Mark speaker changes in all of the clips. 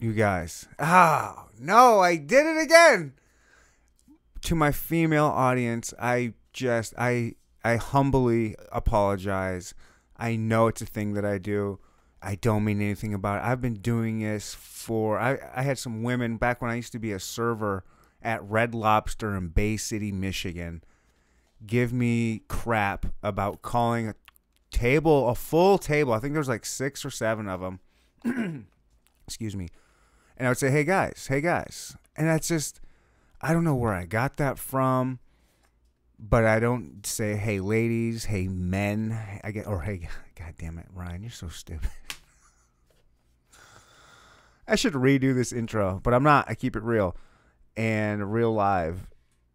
Speaker 1: you guys. Oh, no, I did it again. To my female audience, I just I I humbly apologize. I know it's a thing that I do. I don't mean anything about it. I've been doing this for I, I had some women back when I used to be a server at Red Lobster in Bay City, Michigan give me crap about calling a table a full table. I think there's like six or seven of them. Excuse me. And I would say, "Hey guys, hey guys," and that's just I don't know where I got that from, but I don't say, "Hey ladies," "Hey men," I get or "Hey, god damn it, Ryan, you're so stupid." I should redo this intro, but I'm not. I keep it real and real live.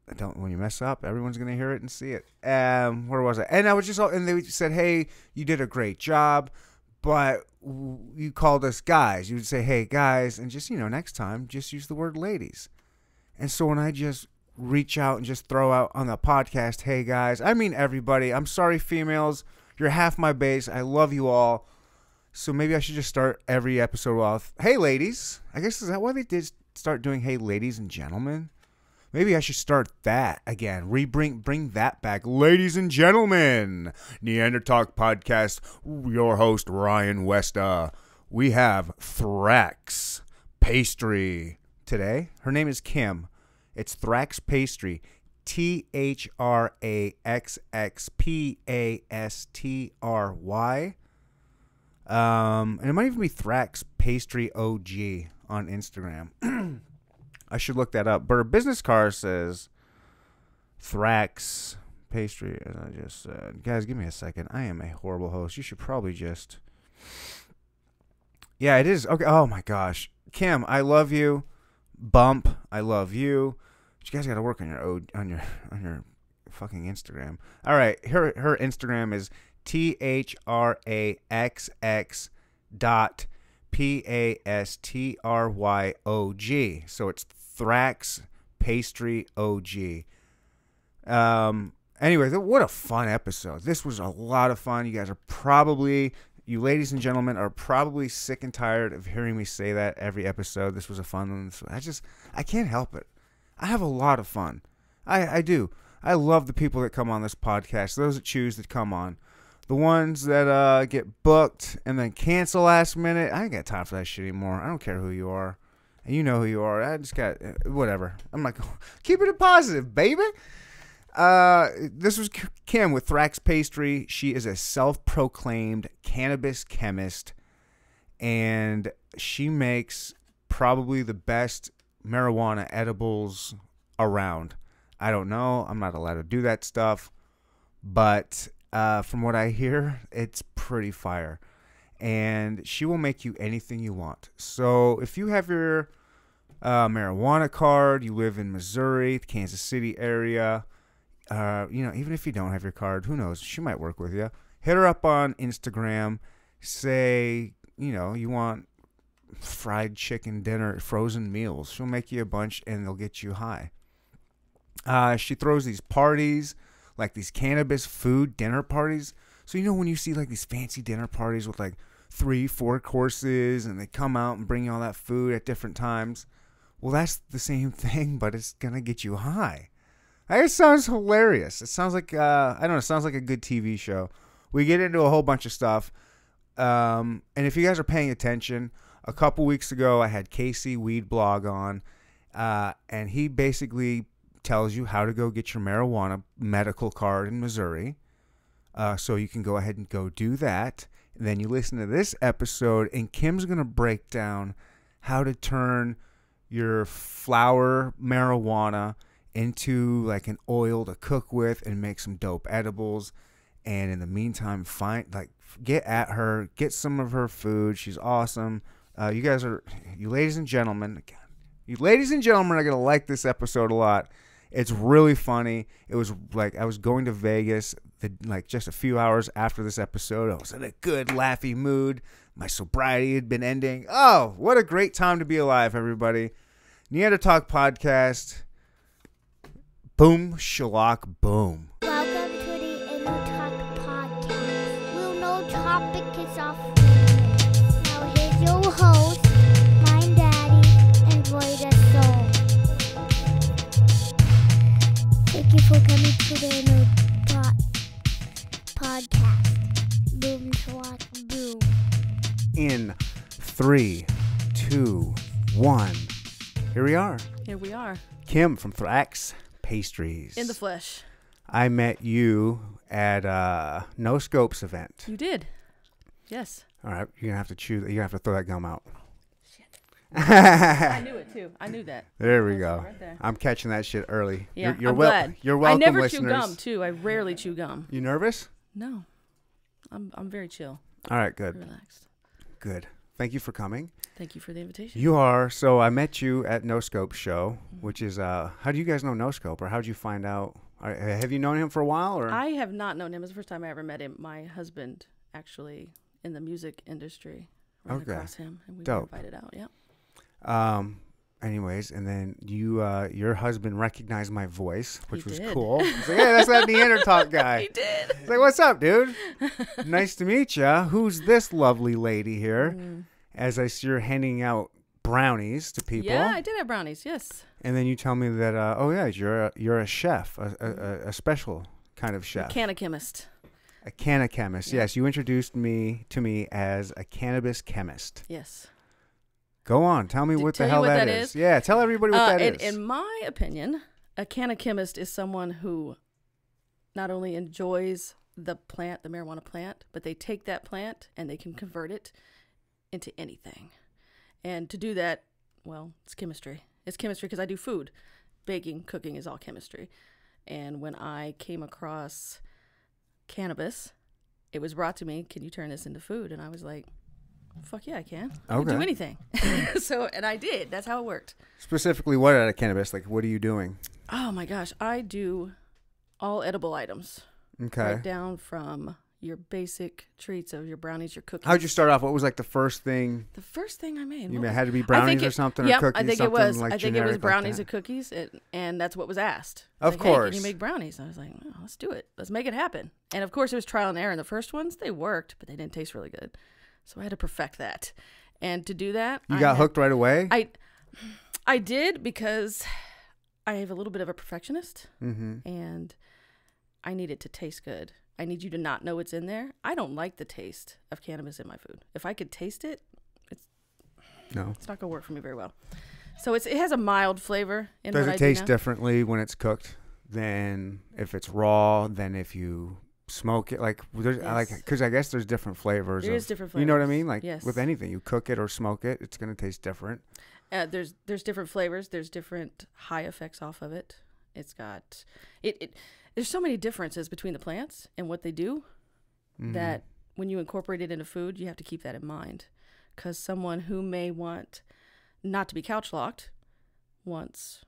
Speaker 1: I don't when you mess up, everyone's gonna hear it and see it. Um, where was I? And I was just all, and they said, "Hey, you did a great job, but w- you called us guys." You would say, "Hey, guys," and just you know, next time, just use the word "ladies." And so when I just reach out and just throw out on the podcast, "Hey, guys," I mean everybody. I'm sorry, females. You're half my base. I love you all. So maybe I should just start every episode off, "Hey, ladies." I guess is that why they did start doing "Hey, ladies and gentlemen." Maybe I should start that again. Rebring bring that back. Ladies and gentlemen, Neanderthal Podcast, your host Ryan Westa. We have Thrax Pastry today. Her name is Kim. It's Thrax Pastry. T H R A X X P A S T R Y. Um, and it might even be Thrax Pastry OG on Instagram. I should look that up. But her business card says Thrax pastry, as I just said. Guys, give me a second. I am a horrible host. You should probably just. Yeah, it is. Okay. Oh my gosh, Kim, I love you. Bump, I love you. But you guys got to work on your o- on your on your fucking Instagram. All right, her her Instagram is t h r a x x dot P A S T R Y O G. So it's Thrax Pastry OG. Um. Anyway, th- what a fun episode. This was a lot of fun. You guys are probably, you ladies and gentlemen, are probably sick and tired of hearing me say that every episode. This was a fun one. This- I just, I can't help it. I have a lot of fun. I, I do. I love the people that come on this podcast, those that choose to come on. The ones that uh, get booked and then cancel last minute. I ain't got time for that shit anymore. I don't care who you are. And you know who you are. I just got, eh, whatever. I'm not going, keep it positive, baby. Uh, this was K- Kim with Thrax Pastry. She is a self proclaimed cannabis chemist and she makes probably the best marijuana edibles around. I don't know. I'm not allowed to do that stuff, but uh, from what I hear, it's pretty fire. And she will make you anything you want. So if you have your uh, marijuana card, you live in Missouri, the Kansas City area, uh, you know, even if you don't have your card, who knows? She might work with you. Hit her up on Instagram. Say, you know, you want fried chicken dinner, frozen meals. She'll make you a bunch and they'll get you high. Uh, she throws these parties, like these cannabis food dinner parties. So, you know, when you see like these fancy dinner parties with like three, four courses and they come out and bring you all that food at different times. Well, that's the same thing, but it's going to get you high. It sounds hilarious. It sounds like uh, I don't know. It sounds like a good TV show. We get into a whole bunch of stuff, um, and if you guys are paying attention, a couple weeks ago I had Casey Weed Blog on, uh, and he basically tells you how to go get your marijuana medical card in Missouri. Uh, so you can go ahead and go do that. And then you listen to this episode, and Kim's gonna break down how to turn your flower marijuana into like an oil to cook with and make some dope edibles. And in the meantime, find like get at her, get some of her food. She's awesome. Uh, you guys are, you ladies and gentlemen, God, you ladies and gentlemen are gonna like this episode a lot. It's really funny. It was like I was going to Vegas, the, like just a few hours after this episode. I was in a good laughy mood. My sobriety had been ending. Oh, what a great time to be alive, everybody! Neanderthal podcast. Boom, shalock, boom.
Speaker 2: Welcome to the Inner Talk Podcast. We'll no topic is off limits. Now here's your host, my dad,
Speaker 1: two, one. Here we are.
Speaker 3: Here we are
Speaker 1: Kim from Thrax Pastries.
Speaker 3: in the flesh.
Speaker 1: I met you at a No Scopes event.
Speaker 3: You did. Yes.
Speaker 1: All right, you're gonna have to chew. You're gonna have to throw that gum out.
Speaker 3: I knew it too. I knew that.
Speaker 1: There we go.
Speaker 3: right there.
Speaker 1: I'm catching that shit early.
Speaker 3: Yeah.
Speaker 1: you're, you're
Speaker 3: I'm
Speaker 1: wel-
Speaker 3: glad.
Speaker 1: You're welcome,
Speaker 3: I never
Speaker 1: listeners.
Speaker 3: chew gum too. I rarely chew gum.
Speaker 1: You nervous?
Speaker 3: No. I'm I'm very chill,
Speaker 1: All right, good,
Speaker 3: relaxed.
Speaker 1: good. Thank you for coming.
Speaker 3: Thank you for the invitation.
Speaker 1: You are so. I met you at No Scope show,
Speaker 3: Mm-hmm.
Speaker 1: which is uh, how do you guys know No Scope, or how did you find out? Or, uh, have you known him for a while, or
Speaker 3: I have not known him. It's the first time I ever met him. My husband actually in the music industry ran
Speaker 1: Okay.
Speaker 3: across him and we were
Speaker 1: Dope.
Speaker 3: invited out. Yeah.
Speaker 1: um? Anyways, and then you, uh, your husband recognized my voice, which was
Speaker 3: did.
Speaker 1: cool. He's like, "Yeah, that's that Neanderthal guy."
Speaker 3: did.
Speaker 1: It's like, what's up, dude? nice to meet ya. Who's this lovely lady here?
Speaker 3: Mm-hmm.
Speaker 1: As I see her handing out brownies to people,
Speaker 3: Yeah, I did have brownies. Yes.
Speaker 1: and then you tell me that, uh, oh yeah, you're a, you're a chef, a, a- a,
Speaker 3: Mm-hmm.
Speaker 1: a special kind of chef,
Speaker 3: Can chemist.
Speaker 1: a canna chemist. Yes, you introduced me to me as a cannabis chemist.
Speaker 3: Yes.
Speaker 1: Go on, tell me
Speaker 3: D-
Speaker 1: what
Speaker 3: tell
Speaker 1: the
Speaker 3: you
Speaker 1: hell
Speaker 3: what
Speaker 1: that
Speaker 3: that
Speaker 1: is.
Speaker 3: is?
Speaker 1: Yeah, tell everybody what
Speaker 3: Uh,
Speaker 1: that
Speaker 3: in,
Speaker 1: is.
Speaker 3: in my opinion, a cannabis is someone who not only enjoys the plant, the marijuana plant, but they take that plant and they can convert it into anything. And to do that, well, it's chemistry. It's chemistry because I do food. Baking, cooking is all chemistry. And when I came across cannabis, it was brought to me, can you turn this into food? And I was like, fuck yeah, I can. I can do
Speaker 1: Okay.
Speaker 3: anything. so, and I did. That's how it worked.
Speaker 1: Specifically, what out of cannabis? Like, what are you doing?
Speaker 3: Oh my gosh, I do all edible items.
Speaker 1: Okay.
Speaker 3: Right down from your basic treats of your brownies, your cookies.
Speaker 1: How'd you start off? What was like the first thing
Speaker 3: The first thing I made.
Speaker 1: You
Speaker 3: what
Speaker 1: mean it
Speaker 3: was-
Speaker 1: had to be
Speaker 3: I think
Speaker 1: brownies or
Speaker 3: it-
Speaker 1: something, or
Speaker 3: yeah, I
Speaker 1: cookies,
Speaker 3: think it
Speaker 1: something,
Speaker 3: was.
Speaker 1: like,
Speaker 3: I think it was
Speaker 1: generic like
Speaker 3: brownies
Speaker 1: that.
Speaker 3: and cookies, and, and that's what was asked. It
Speaker 1: Of
Speaker 3: was like, "Hey,
Speaker 1: course.
Speaker 3: can you make brownies? I was like, oh, let's do it. Let's make it happen. And of course, it was trial and error. And the first ones they worked, but they didn't taste really good, so I had to perfect that. And to do that,
Speaker 1: you
Speaker 3: I
Speaker 1: got
Speaker 3: had-
Speaker 1: hooked right away?
Speaker 3: I I did because I have a little bit of a perfectionist
Speaker 1: mm-hmm.
Speaker 3: and I need it to taste good. I need you to not know what's in there. I don't like the taste of cannabis in my food. If I could taste it,
Speaker 1: No.
Speaker 3: it's not gonna work for me very well. So it's it has a mild flavor. In
Speaker 1: Does
Speaker 3: what
Speaker 1: it
Speaker 3: I do
Speaker 1: taste
Speaker 3: now.
Speaker 1: differently when it's cooked than if it's raw? Than if you smoke it? Like, there's, I like,
Speaker 3: Yes.
Speaker 1: because I guess there's different flavors.
Speaker 3: There
Speaker 1: of-
Speaker 3: is different
Speaker 1: You know what I
Speaker 3: flavors.
Speaker 1: mean? Like
Speaker 3: Yes.
Speaker 1: with anything, you cook it or smoke it, it's gonna taste different.
Speaker 3: Uh, there's there's different flavors. There's different high effects off of it. It's got it. it there's so many differences between the plants and what they do
Speaker 1: Mm-hmm.
Speaker 3: that when you incorporate it into food, you have to keep that in mind. Because someone who may want not to be couch locked wants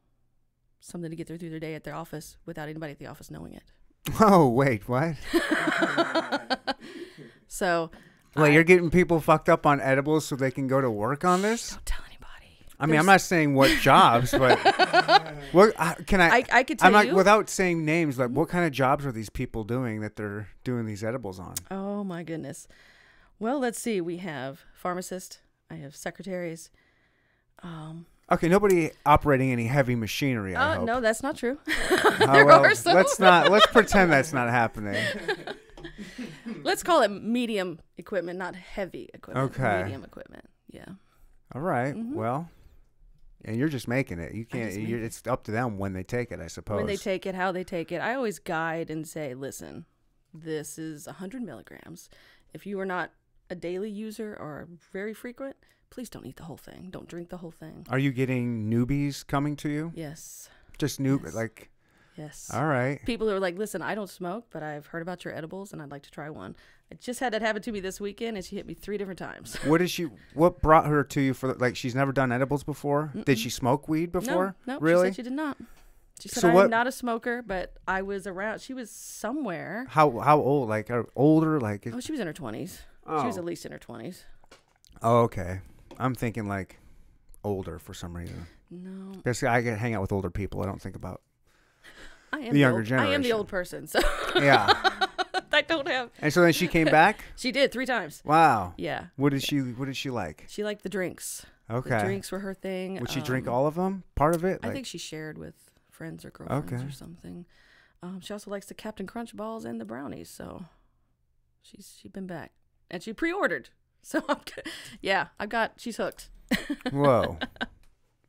Speaker 3: something to get through through their day at their office without anybody at the office knowing it.
Speaker 1: Oh wait, what?
Speaker 3: So
Speaker 1: Wait, you're getting people fucked up on edibles so they can go to work on this?
Speaker 3: don't tell anybody.
Speaker 1: I mean, I'm not saying what jobs, but what I- can I?
Speaker 3: I- I could
Speaker 1: I'm
Speaker 3: tell
Speaker 1: not,
Speaker 3: you.
Speaker 1: without saying names. Like, what kind of jobs are these people doing that they're doing these edibles on?
Speaker 3: Oh my goodness. Well, let's see. We have pharmacists. I have secretaries.
Speaker 1: Okay, nobody operating any heavy machinery. I
Speaker 3: Oh
Speaker 1: hope.
Speaker 3: no, that's not true.
Speaker 1: Oh,
Speaker 3: there
Speaker 1: well,
Speaker 3: are some.
Speaker 1: Let's not. Let's pretend that's not happening.
Speaker 3: Let's call it medium equipment, not heavy equipment.
Speaker 1: Okay.
Speaker 3: Medium equipment. Yeah.
Speaker 1: All right, Well, and you're just making it. You can't.
Speaker 3: Mm-hmm. just
Speaker 1: You're, it's up to them when they take it, I suppose.
Speaker 3: When they take it, how they take it. I always guide and say, listen, this is 100 milligrams. If you are not a daily user or very frequent, please don't eat the whole thing. Don't drink the whole thing.
Speaker 1: Are you getting newbies coming to you?
Speaker 3: Yes.
Speaker 1: Just new,
Speaker 3: Yes.
Speaker 1: like.
Speaker 3: Yes.
Speaker 1: All right.
Speaker 3: people who are like, listen, I don't smoke, but I've heard about your edibles and I'd like to try one. I just had that happen to me this weekend and she hit me three different times.
Speaker 1: What is she? What brought her to you for? the- Like, she's never done edibles before. Did she smoke weed before?
Speaker 3: No, no,
Speaker 1: really.
Speaker 3: she said she did not. She said,
Speaker 1: So
Speaker 3: I'm
Speaker 1: what-
Speaker 3: not a smoker, but I was around. She was somewhere.
Speaker 1: how how old? Like, are older? Like,
Speaker 3: Oh, she was in her 20s. She was
Speaker 1: Oh.
Speaker 3: at least in her 20s.
Speaker 1: oh, okay. I'm thinking like older for some reason.
Speaker 3: No.
Speaker 1: Because I can hang out with older people. I don't think about.
Speaker 3: I am
Speaker 1: The younger
Speaker 3: old, I am the
Speaker 1: generation.
Speaker 3: old person, so
Speaker 1: Yeah.
Speaker 3: I don't have.
Speaker 1: and so then she came back.
Speaker 3: She did three times.
Speaker 1: Wow.
Speaker 3: Yeah,
Speaker 1: What did she? What did she like?
Speaker 3: she liked the drinks.
Speaker 1: Okay.
Speaker 3: The drinks were her thing.
Speaker 1: Would she drink
Speaker 3: Um,
Speaker 1: all of them? Part of it?
Speaker 3: I
Speaker 1: Like-
Speaker 3: think she shared with friends or girlfriends
Speaker 1: Okay.
Speaker 3: or something. Um, she also likes the Captain Crunch balls and the brownies, so she's she been back and she pre-ordered. So I'm good. Yeah, I've got. She's hooked.
Speaker 1: Whoa.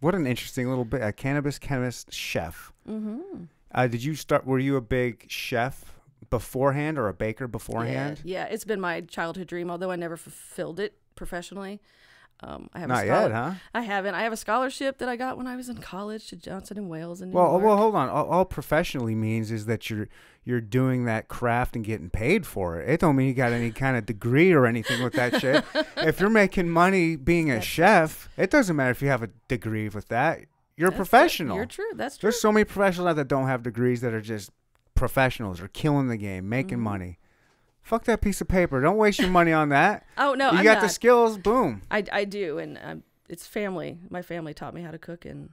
Speaker 1: what an interesting little bit. A cannabis chemist chef.
Speaker 3: Mm-hmm.
Speaker 1: Uh, did you start? Were you a big chef beforehand or a baker beforehand?
Speaker 3: Yeah, yeah, it's been my childhood dream, although I never fulfilled it professionally. Um, I have
Speaker 1: Not
Speaker 3: a
Speaker 1: yet,
Speaker 3: scholar-
Speaker 1: huh?
Speaker 3: I haven't. I have a scholarship that I got when I was in college to Johnson and Wales and
Speaker 1: Well, well, hold on. All, all professionally means is that you're you're doing that craft and getting paid for it. It don't mean you got any kind of degree or anything with that shit. If you're making money being a chef, it doesn't matter if you have a degree with that. You're a professional.
Speaker 3: You're true. That's true.
Speaker 1: There's so many professionals out that don't have degrees that are just professionals or killing the game, making
Speaker 3: Mm-hmm.
Speaker 1: money. Fuck that piece of paper. Don't waste your money on that.
Speaker 3: Oh no,
Speaker 1: you
Speaker 3: I'm
Speaker 1: got
Speaker 3: not.
Speaker 1: the skills. Boom.
Speaker 3: I, I do, and um, it's family. My family taught me how to cook, and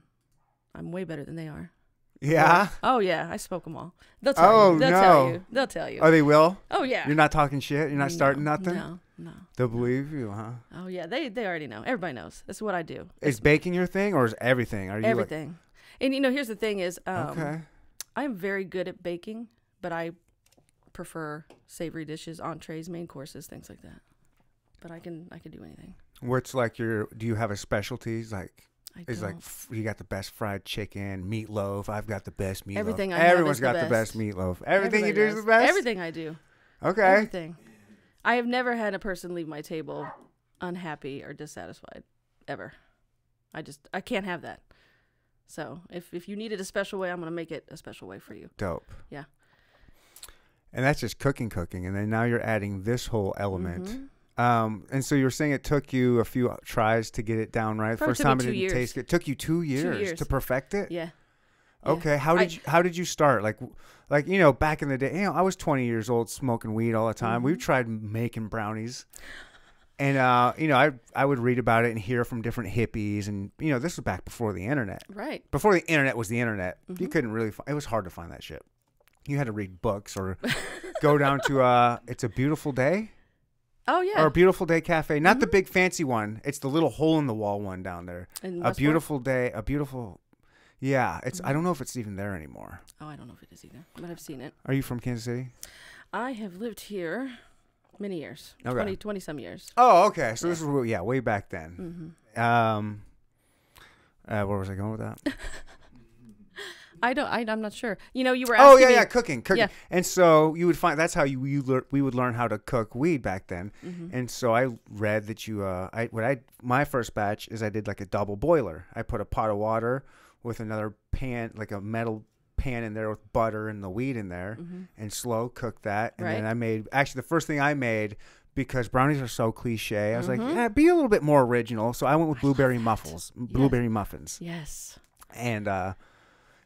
Speaker 3: I'm way better than they are.
Speaker 1: Yeah.
Speaker 3: Oh yeah, I spoke them all. They'll tell
Speaker 1: Oh,
Speaker 3: you. They'll tell
Speaker 1: no.
Speaker 3: you. They'll tell you.
Speaker 1: Oh, they will.
Speaker 3: oh yeah.
Speaker 1: You're not talking shit. You're not starting
Speaker 3: No,
Speaker 1: nothing.
Speaker 3: No, no.
Speaker 1: They'll believe you, huh?
Speaker 3: Oh yeah, they they already know. Everybody knows. That's what I do.
Speaker 1: Is baking your thing or is everything? Are you like-
Speaker 3: Everything. and you know, here's the thing: is um,
Speaker 1: okay?
Speaker 3: I'm very good at baking, but I prefer savory dishes, entrees, main courses, things like that. But I can I can do anything.
Speaker 1: What's like your? Do you have a specialty? Like
Speaker 3: I
Speaker 1: is like
Speaker 3: don't-
Speaker 1: f- you got the best fried chicken, meatloaf. I've got the best meatloaf.
Speaker 3: Everything I have
Speaker 1: Everyone's
Speaker 3: is the
Speaker 1: got the
Speaker 3: best.
Speaker 1: best meatloaf. Everything you
Speaker 3: everybody
Speaker 1: do is
Speaker 3: knows.
Speaker 1: the best.
Speaker 3: Everything I do.
Speaker 1: Okay.
Speaker 3: Everything. I have never had a person leave my table unhappy or dissatisfied ever. I just I can't have that. So if if you need it a special way, I'm gonna make it a special way for you.
Speaker 1: Dope.
Speaker 3: Yeah.
Speaker 1: And that's just cooking, cooking, and then now you're adding this whole element.
Speaker 3: Mm-hmm.
Speaker 1: Um, and so you were saying it took you a few tries to get it down right.
Speaker 3: Probably
Speaker 1: First
Speaker 3: took me
Speaker 1: time it
Speaker 3: two
Speaker 1: didn't
Speaker 3: years.
Speaker 1: taste good. It took you two years,
Speaker 3: years.
Speaker 1: to perfect it.
Speaker 3: Yeah. Yeah.
Speaker 1: Okay, how
Speaker 3: I-
Speaker 1: did you, how did you start? Like, like you know, back in the day, you know, I was 20 years old, smoking weed all the time. We
Speaker 3: Mm-hmm.
Speaker 1: tried making brownies, and uh, you know, I I would read about it and hear from different hippies, and you know, this was back before the internet.
Speaker 3: Right.
Speaker 1: Before the internet was the internet,
Speaker 3: Mm-hmm.
Speaker 1: you couldn't really. Find, it was hard to find that shit. You had to read books or go down to uh, it's a beautiful day
Speaker 3: Oh yeah. Mm-hmm.
Speaker 1: or a beautiful day cafe. Not the big fancy one. It's the little hole in the wall one down there.
Speaker 3: In
Speaker 1: a
Speaker 3: Westport?
Speaker 1: beautiful day. A beautiful. Yeah, it's.
Speaker 3: Mm-hmm.
Speaker 1: I don't know if it's even there anymore.
Speaker 3: Oh, I don't know if it is either, but I've seen it.
Speaker 1: Are you from Kansas City?
Speaker 3: I have lived here many years.
Speaker 1: Okay.
Speaker 3: twenty twenty 20, some years. Mm-hmm.
Speaker 1: Oh, okay. So this was yeah, way back then. Um, uh, where was I going with that?
Speaker 3: I don't I, I'm not sure. You know, you were asking
Speaker 1: oh yeah,
Speaker 3: me,
Speaker 1: yeah, cooking, cooking.
Speaker 3: Yeah.
Speaker 1: And so you would find that's how you, you lear, we would learn how to cook weed back then.
Speaker 3: Mm-hmm.
Speaker 1: And so I read that you uh, I what I my first batch is I did like a double boiler. I put a pot of water with another pan, like a metal pan in there with butter and the weed in there, and slow cook that. And then
Speaker 3: Right.
Speaker 1: I made actually the first thing I made. Because brownies are so cliche, I was like, yeah, be a little bit more original. So I went with blueberry muffles, blueberry muffins
Speaker 3: Yes.
Speaker 1: and uh,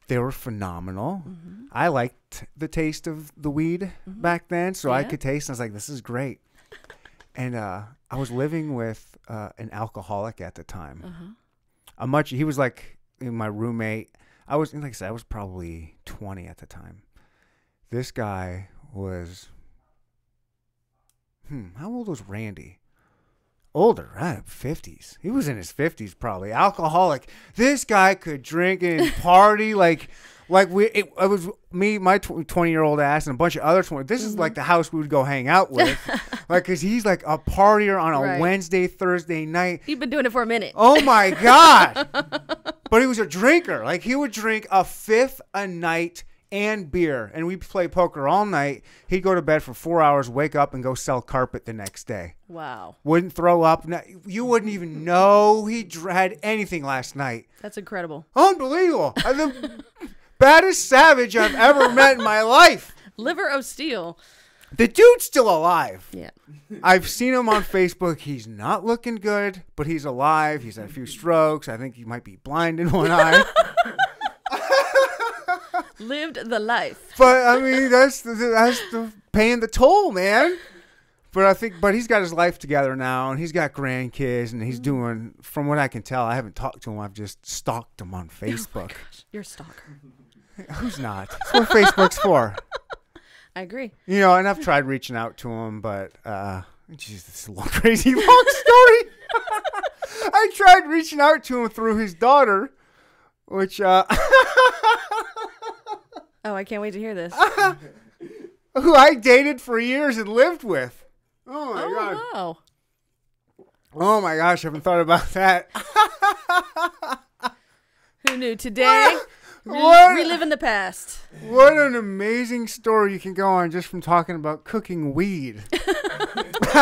Speaker 1: they were phenomenal.
Speaker 3: Mm-hmm.
Speaker 1: I liked the taste of the weed back then, so I
Speaker 3: Yeah.
Speaker 1: could taste. And I was like, "This is great." and uh, I was living with uh, an alcoholic at the time.
Speaker 3: Mm-hmm. Uh-huh.
Speaker 1: A much he was like my roommate. I was like I said, I was probably twenty at the time. This guy was. Hmm, how old was Randy? older, right? Fifties. He was in his fifties, probably alcoholic. This guy could drink and party like, like we. It, it was me, my twenty-year-old ass, and a bunch of other twenty. This is like the house we would go hang out with, like, cause he's like a partier on a
Speaker 3: Right.
Speaker 1: Wednesday, Thursday night.
Speaker 3: You've been doing it for a minute.
Speaker 1: Oh my god! but he was a drinker. Like he would drink a fifth a night and beer, and we'd play poker all night. He'd go to bed for four hours, wake up, and go sell carpet the next day
Speaker 3: Wow.
Speaker 1: wouldn't throw up. No- You wouldn't even know he dr- had anything last night.
Speaker 3: That's incredible.
Speaker 1: Unbelievable. I'm the baddest savage I've ever met in my life.
Speaker 3: Liver of steel.
Speaker 1: The dude's still alive.
Speaker 3: Yeah.
Speaker 1: I've seen him on Facebook. He's not looking good, but he's alive. He's had a few strokes. I think he might be blind in one eye.
Speaker 3: Lived the life.
Speaker 1: But I mean, that's the, that's the paying the toll, man. But I think, but he's got his life together now, and he's got grandkids, and he's doing. From what I can tell, I haven't talked to him. I've just stalked him on Facebook.
Speaker 3: You're a stalker.
Speaker 1: Who's not? That's what Facebook's for,
Speaker 3: I agree.
Speaker 1: you know. And I've tried reaching out to him, but uh, geez, this is a long, crazy long story. I tried reaching out to him through his daughter, which uh,
Speaker 3: Oh, I can't wait to hear this.
Speaker 1: who I dated for years and lived with. Oh my god.
Speaker 3: oh, wow.
Speaker 1: Oh my gosh, I haven't thought about that.
Speaker 3: Who knew today? re-
Speaker 1: What?
Speaker 3: Relive in the past.
Speaker 1: What an amazing story you can go on just from talking about cooking weed.
Speaker 3: The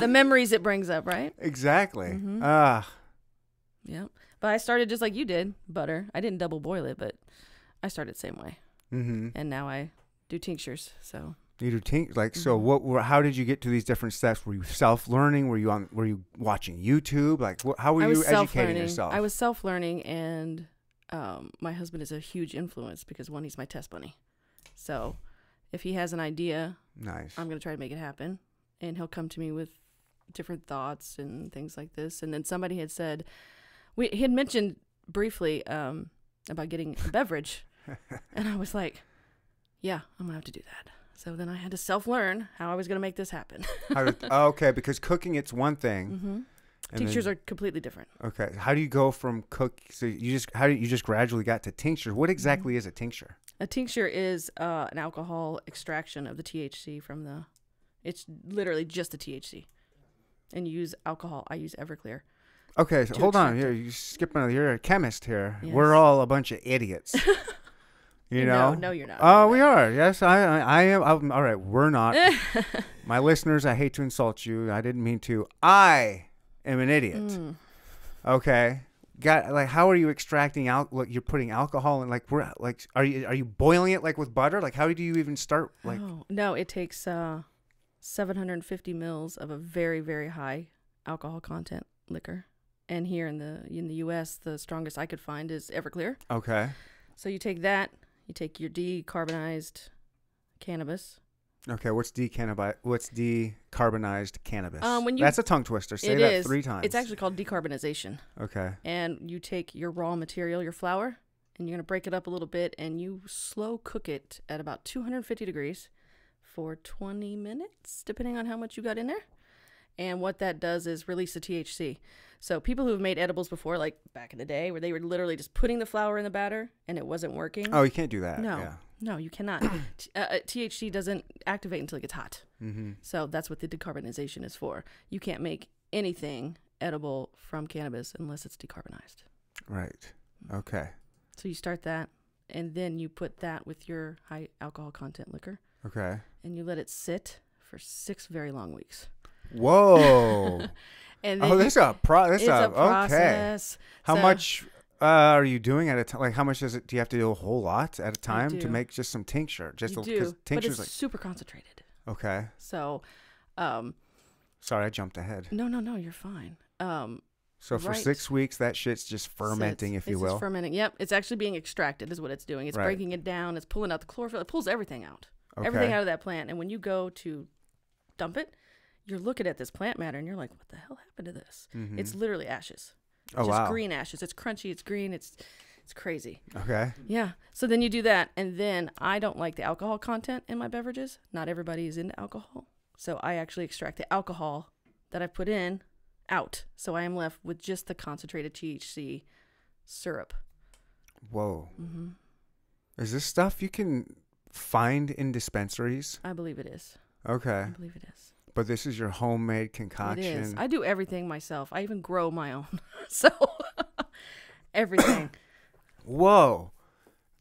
Speaker 3: Mm-hmm. memories it brings up, right?
Speaker 1: exactly. Ah,
Speaker 3: Yep. But I started just like you did, butter. I didn't double boil it, but I started same way,
Speaker 1: mm-hmm.
Speaker 3: and now I do tinctures. So
Speaker 1: You do tink like so.
Speaker 3: Mm-hmm.
Speaker 1: What? Were, how did you get to these different steps? Were you self learning? Were you on? Were you watching YouTube? Like, wh- how were
Speaker 3: I
Speaker 1: you
Speaker 3: was
Speaker 1: educating
Speaker 3: self-learning.
Speaker 1: yourself?
Speaker 3: I was self-learning, and um, my husband is a huge influence because one, he's my test bunny. So if he has an idea,
Speaker 1: nice.
Speaker 3: I'm gonna try to make it happen, and he'll come to me with different thoughts and things like this. And then somebody had said, we he had mentioned briefly um, about getting a beverage, and I was like, yeah, I'm gonna have to do that. So then I had to self-learn how I was gonna make this happen.
Speaker 1: How did, oh, okay, because cooking it's one thing. Mm-hmm.
Speaker 3: Mm. Tinctures are completely different.
Speaker 1: are okay. How do you go from cook? So you just how do you just gradually got to tincture? What
Speaker 3: Mm-hmm.
Speaker 1: exactly is a tincture?
Speaker 3: A tincture is uh, an alcohol extraction of the THC from the. It's literally just the THC, and you use alcohol. I use Everclear.
Speaker 1: Okay, so
Speaker 3: To
Speaker 1: hold on.
Speaker 3: extract
Speaker 1: Here, you skip another. You're a chemist here.
Speaker 3: Yes.
Speaker 1: We're all a bunch of idiots. You know?
Speaker 3: No, no, you're not.
Speaker 1: Oh, we are. Yes, I, I, I am. I'm, all right, we're not. My listeners, I hate to insult you. I didn't mean to. I am an idiot.
Speaker 3: Mm.
Speaker 1: Okay. Got like, how are you extracting out? Like, you're putting alcohol in. Like, we're like, are you are you boiling it like with butter? Like, how do you even start? Like,
Speaker 3: oh no, it takes uh, 750 mils of a very very high alcohol content liquor, and here in the in the U.S. the strongest I could find is Everclear.
Speaker 1: okay,
Speaker 3: So you take that, you take your decarbonized cannabis.
Speaker 1: okay. What's decannabi- What's decarbonized cannabis?
Speaker 3: Um, when you-
Speaker 1: That's a tongue twister. Say
Speaker 3: It
Speaker 1: that
Speaker 3: is-
Speaker 1: three times.
Speaker 3: It's actually called decarbonization.
Speaker 1: okay.
Speaker 3: and you take your raw material, your flour, and you're going to break it up a little bit and you slow cook it at about 250 degrees for 20 minutes, depending on how much you got in there. And what that does is release the THC. So people who've made edibles before, like back in the day, where they were literally just putting the flour in the batter and it wasn't working.
Speaker 1: Oh, you can't do that.
Speaker 3: Mm-hmm. no,
Speaker 1: Yeah.
Speaker 3: no, you cannot. T- uh, uh, THC doesn't activate until it gets hot.
Speaker 1: Mm-hmm.
Speaker 3: So that's what the decarbonization is for. You can't make anything edible from cannabis unless it's decarbonized.
Speaker 1: Right. Okay.
Speaker 3: So you start that, and then you put that with your high alcohol content liquor,
Speaker 1: Okay.
Speaker 3: and you let it sit for six very long weeks.
Speaker 1: Whoa.
Speaker 3: And then
Speaker 1: oh,
Speaker 3: you-
Speaker 1: this a pro. This
Speaker 3: it's
Speaker 1: a,
Speaker 3: a
Speaker 1: okay.
Speaker 3: process.
Speaker 1: How
Speaker 3: So
Speaker 1: much uh, are you doing at a time? Like, how much does it? Do you have to do a whole lot at a time to
Speaker 3: do.
Speaker 1: make just some tincture? Just
Speaker 3: you
Speaker 1: a-
Speaker 3: do, but
Speaker 1: tincture's
Speaker 3: it's
Speaker 1: like
Speaker 3: super concentrated.
Speaker 1: okay.
Speaker 3: So, um,
Speaker 1: Sorry, I jumped ahead.
Speaker 3: no, no, no, you're fine. Um,
Speaker 1: So for
Speaker 3: Right.
Speaker 1: six weeks, that shit's just fermenting,
Speaker 3: sits-
Speaker 1: if you
Speaker 3: it's just
Speaker 1: will.
Speaker 3: fermenting. Yep, it's actually being extracted. Is what it's doing. It's
Speaker 1: Right.
Speaker 3: breaking it down. It's pulling out the chlorophyll. It pulls everything out. Everything
Speaker 1: Okay.
Speaker 3: out of that plant. And when you go to dump it, you're looking at this plant matter, and you're like, "What the hell happened to this?" It's literally ashes.
Speaker 1: oh
Speaker 3: just
Speaker 1: wow.
Speaker 3: green ashes. It's crunchy. It's green. It's it's crazy.
Speaker 1: Okay.
Speaker 3: Yeah. So then you do that, and then I don't like the alcohol content in my beverages. Not everybody is into alcohol, so I actually extract the alcohol that I put in out. So I am left with just the concentrated THC syrup.
Speaker 1: Whoa. Is this stuff you can find in dispensaries?
Speaker 3: I believe it is. I
Speaker 1: Okay,
Speaker 3: believe it is.
Speaker 1: but this is your homemade concoction.
Speaker 3: Mm-hmm. It is. I do everything myself. I even grow my own. so everything.
Speaker 1: Whoa.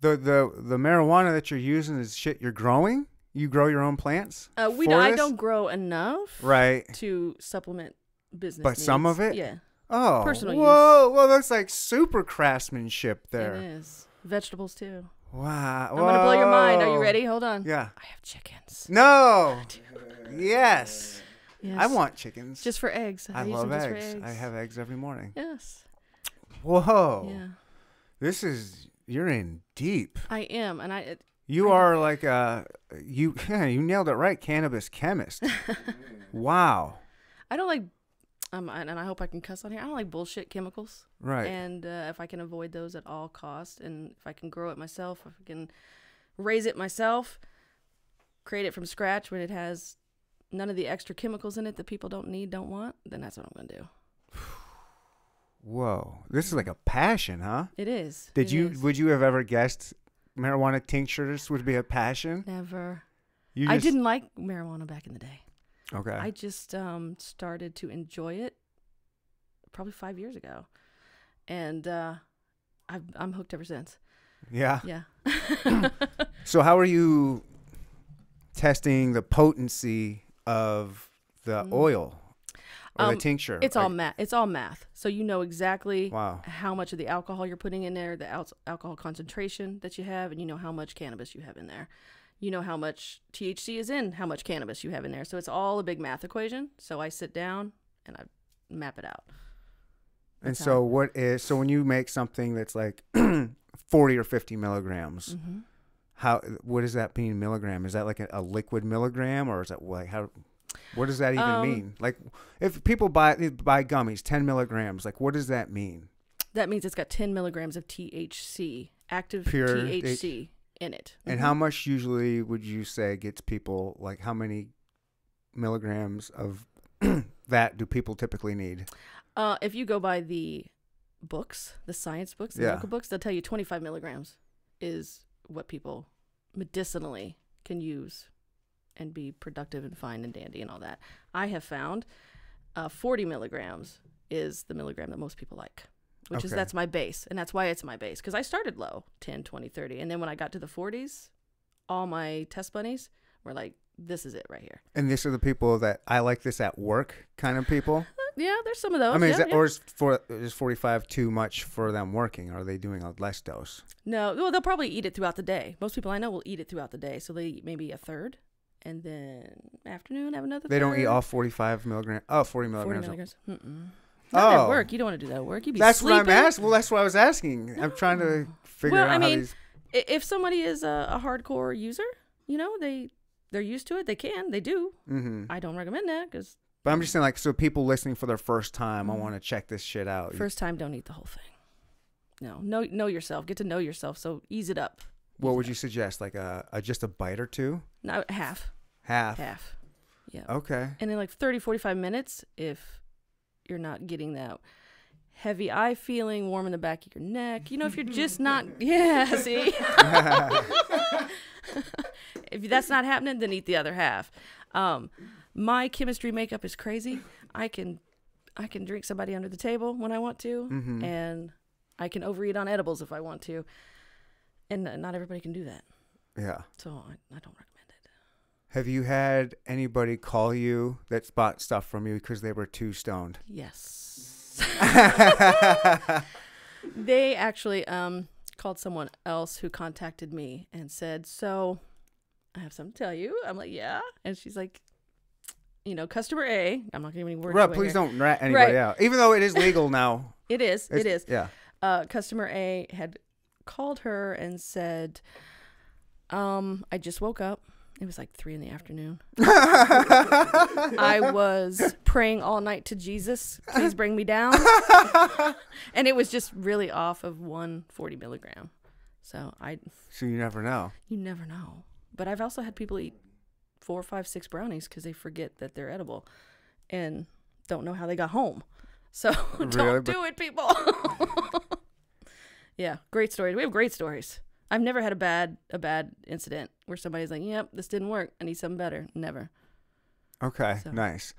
Speaker 1: The the the marijuana that you're using is shit you're growing? You grow your own plants?
Speaker 3: Uh, we
Speaker 1: for
Speaker 3: don't, I
Speaker 1: this?
Speaker 3: don't grow enough
Speaker 1: Right.
Speaker 3: to supplement business.
Speaker 1: But some of it?
Speaker 3: needs. Yeah.
Speaker 1: Oh.
Speaker 3: Personal use.
Speaker 1: whoa, well that's like super craftsmanship
Speaker 3: It
Speaker 1: there.
Speaker 3: is. Vegetables too.
Speaker 1: Wow.
Speaker 3: I'm gonna blow your mind. Are you
Speaker 1: whoa.
Speaker 3: ready? Hold on.
Speaker 1: Yeah.
Speaker 3: I have chickens.
Speaker 1: No. yes.
Speaker 3: Yes.
Speaker 1: I want chickens.
Speaker 3: just for eggs.
Speaker 1: I
Speaker 3: use
Speaker 1: love
Speaker 3: them just for
Speaker 1: eggs. I have Oh. eggs every morning.
Speaker 3: Yes.
Speaker 1: Whoa.
Speaker 3: Yeah.
Speaker 1: This is you're in deep.
Speaker 3: I am, and I. It,
Speaker 1: You are like a you you nailed it right, cannabis chemist. wow.
Speaker 3: I don't like. Um, and and I hope I can cuss on here. I don't like bullshit chemicals.
Speaker 1: Right.
Speaker 3: And uh, if I can avoid those at all costs, and if I can grow it myself, if I can raise it myself, create it from scratch when it has none of the extra chemicals in it that people don't need, don't want, then that's what I'm gonna do.
Speaker 1: Whoa. This is like a passion, huh?
Speaker 3: It is.
Speaker 1: Did
Speaker 3: It
Speaker 1: you
Speaker 3: is.
Speaker 1: would you have ever guessed marijuana tinctures would be a passion?
Speaker 3: Never.
Speaker 1: You
Speaker 3: I
Speaker 1: just-
Speaker 3: didn't like marijuana back in the day.
Speaker 1: Okay.
Speaker 3: I just um, started to enjoy it probably five years ago, and uh, I've, I'm hooked ever since.
Speaker 1: Yeah.
Speaker 3: Yeah.
Speaker 1: So how are you testing the potency of the oil or
Speaker 3: Mm. Um,
Speaker 1: the tincture?
Speaker 3: It's all
Speaker 1: Like-
Speaker 3: math. It's all math. So you know exactly
Speaker 1: Wow.
Speaker 3: how much of the alcohol you're putting in there, the al- alcohol concentration that you have, and you know how much cannabis you have in there. You know how much THC is in, how much cannabis you have in there. So it's all a big math equation. So I sit down and I map it out.
Speaker 1: And
Speaker 3: That's how-
Speaker 1: so what is so when you make something that's like forty or fifty milligrams,
Speaker 3: Mm-hmm.
Speaker 1: how what does that mean milligram? Is that like a, a liquid milligram or is that like how? What does that even
Speaker 3: Um,
Speaker 1: mean? Like if people buy they buy gummies ten milligrams, like what does that mean?
Speaker 3: That means it's got 10 milligrams of THC, active
Speaker 1: Pure H-
Speaker 3: THC in it. Mm-hmm.
Speaker 1: And how much usually would you say gets people like how many milligrams of that do people typically need?
Speaker 3: Uh, if you go by the books, the science books, the
Speaker 1: Yeah.
Speaker 3: medical books, they'll tell you 25 milligrams is what people medicinally can use and be productive and fine and dandy and all that. I have found uh, 40 milligrams is the milligram that most people like, which is
Speaker 1: Okay.
Speaker 3: that's my base. And that's why it's my base because I started low 10, 20, 30. And then when I got to the 40s, all my test bunnies were like, this is it right here.
Speaker 1: And these are the people that I like this at work kind of people.
Speaker 3: Uh, Yeah, there's some of those.
Speaker 1: I mean,
Speaker 3: Oh, yeah,
Speaker 1: is that,
Speaker 3: yeah.
Speaker 1: or is for is forty five too much for them working? Are they doing a less dose?
Speaker 3: No, well, they'll probably eat it throughout the day. Most people I know will eat it throughout the day, so they eat maybe a third, and then afternoon have another.
Speaker 1: They don't eat
Speaker 3: third.
Speaker 1: all forty five milligram. Oh, 40
Speaker 3: forty
Speaker 1: milligrams.
Speaker 3: milligrams. Mm-mm. Not
Speaker 1: Oh.
Speaker 3: at work. You don't want to do that at work. You'd be
Speaker 1: That's
Speaker 3: sleeping.
Speaker 1: what I'm asking. Well, that's what I was asking. I'm trying to figure
Speaker 3: Well,
Speaker 1: out
Speaker 3: I
Speaker 1: how
Speaker 3: mean,
Speaker 1: these.
Speaker 3: I- If somebody is a, a hardcore user, you know they they're used to it. They can. They do.
Speaker 1: hmm
Speaker 3: I don't recommend that because
Speaker 1: But I'm just saying, like, so people listening for their first time, I want to check this shit out.
Speaker 3: Mm-hmm. first time don't eat the whole thing. No, know know yourself. Get to know yourself. So ease it up.
Speaker 1: what would you suggest? Like a, a just a bite or two,
Speaker 3: Not half.
Speaker 1: half.
Speaker 3: Half. Yeah.
Speaker 1: Okay.
Speaker 3: and in like 30 45 minutes if you're not getting that heavy eye feeling warm in the back of your neck you know if you're just not yeah see if that's not happening then eat the other half um my chemistry makeup is crazy i can i can drink somebody under the table when i want to and i can overeat on edibles if i want to and uh, not everybody can do that
Speaker 1: Yeah.
Speaker 3: so i, I don't recommend it
Speaker 1: Have you had anybody call you that bought stuff from you because they were too stoned?
Speaker 3: Yes. they actually um, called someone else who contacted me and said, So I have something to tell you. I'm like, Yeah. And she's like, You know, customer A, I'm not giving any words.
Speaker 1: Rob,
Speaker 3: away
Speaker 1: please
Speaker 3: here.
Speaker 1: don't rat anybody
Speaker 3: Right.
Speaker 1: out. Even though it is legal now.
Speaker 3: It is. It is.
Speaker 1: Yeah.
Speaker 3: Uh, customer A had called her and said, um, I just woke up. It was like three in the afternoon. I was praying all night to Jesus. Please bring me down. and it was just really off of one forty milligram. So I,
Speaker 1: So you never know.
Speaker 3: you never know. But I've also had people eat four, five, six brownies because they forget that they're edible, and don't know how they got home. So don't
Speaker 1: Really? But-
Speaker 3: do it, people. yeah, great stories. We have great stories. I've never had a bad a bad incident where somebody's like, "Yep, this didn't work. I need something better." Never.
Speaker 1: Okay.
Speaker 3: So-
Speaker 1: Nice.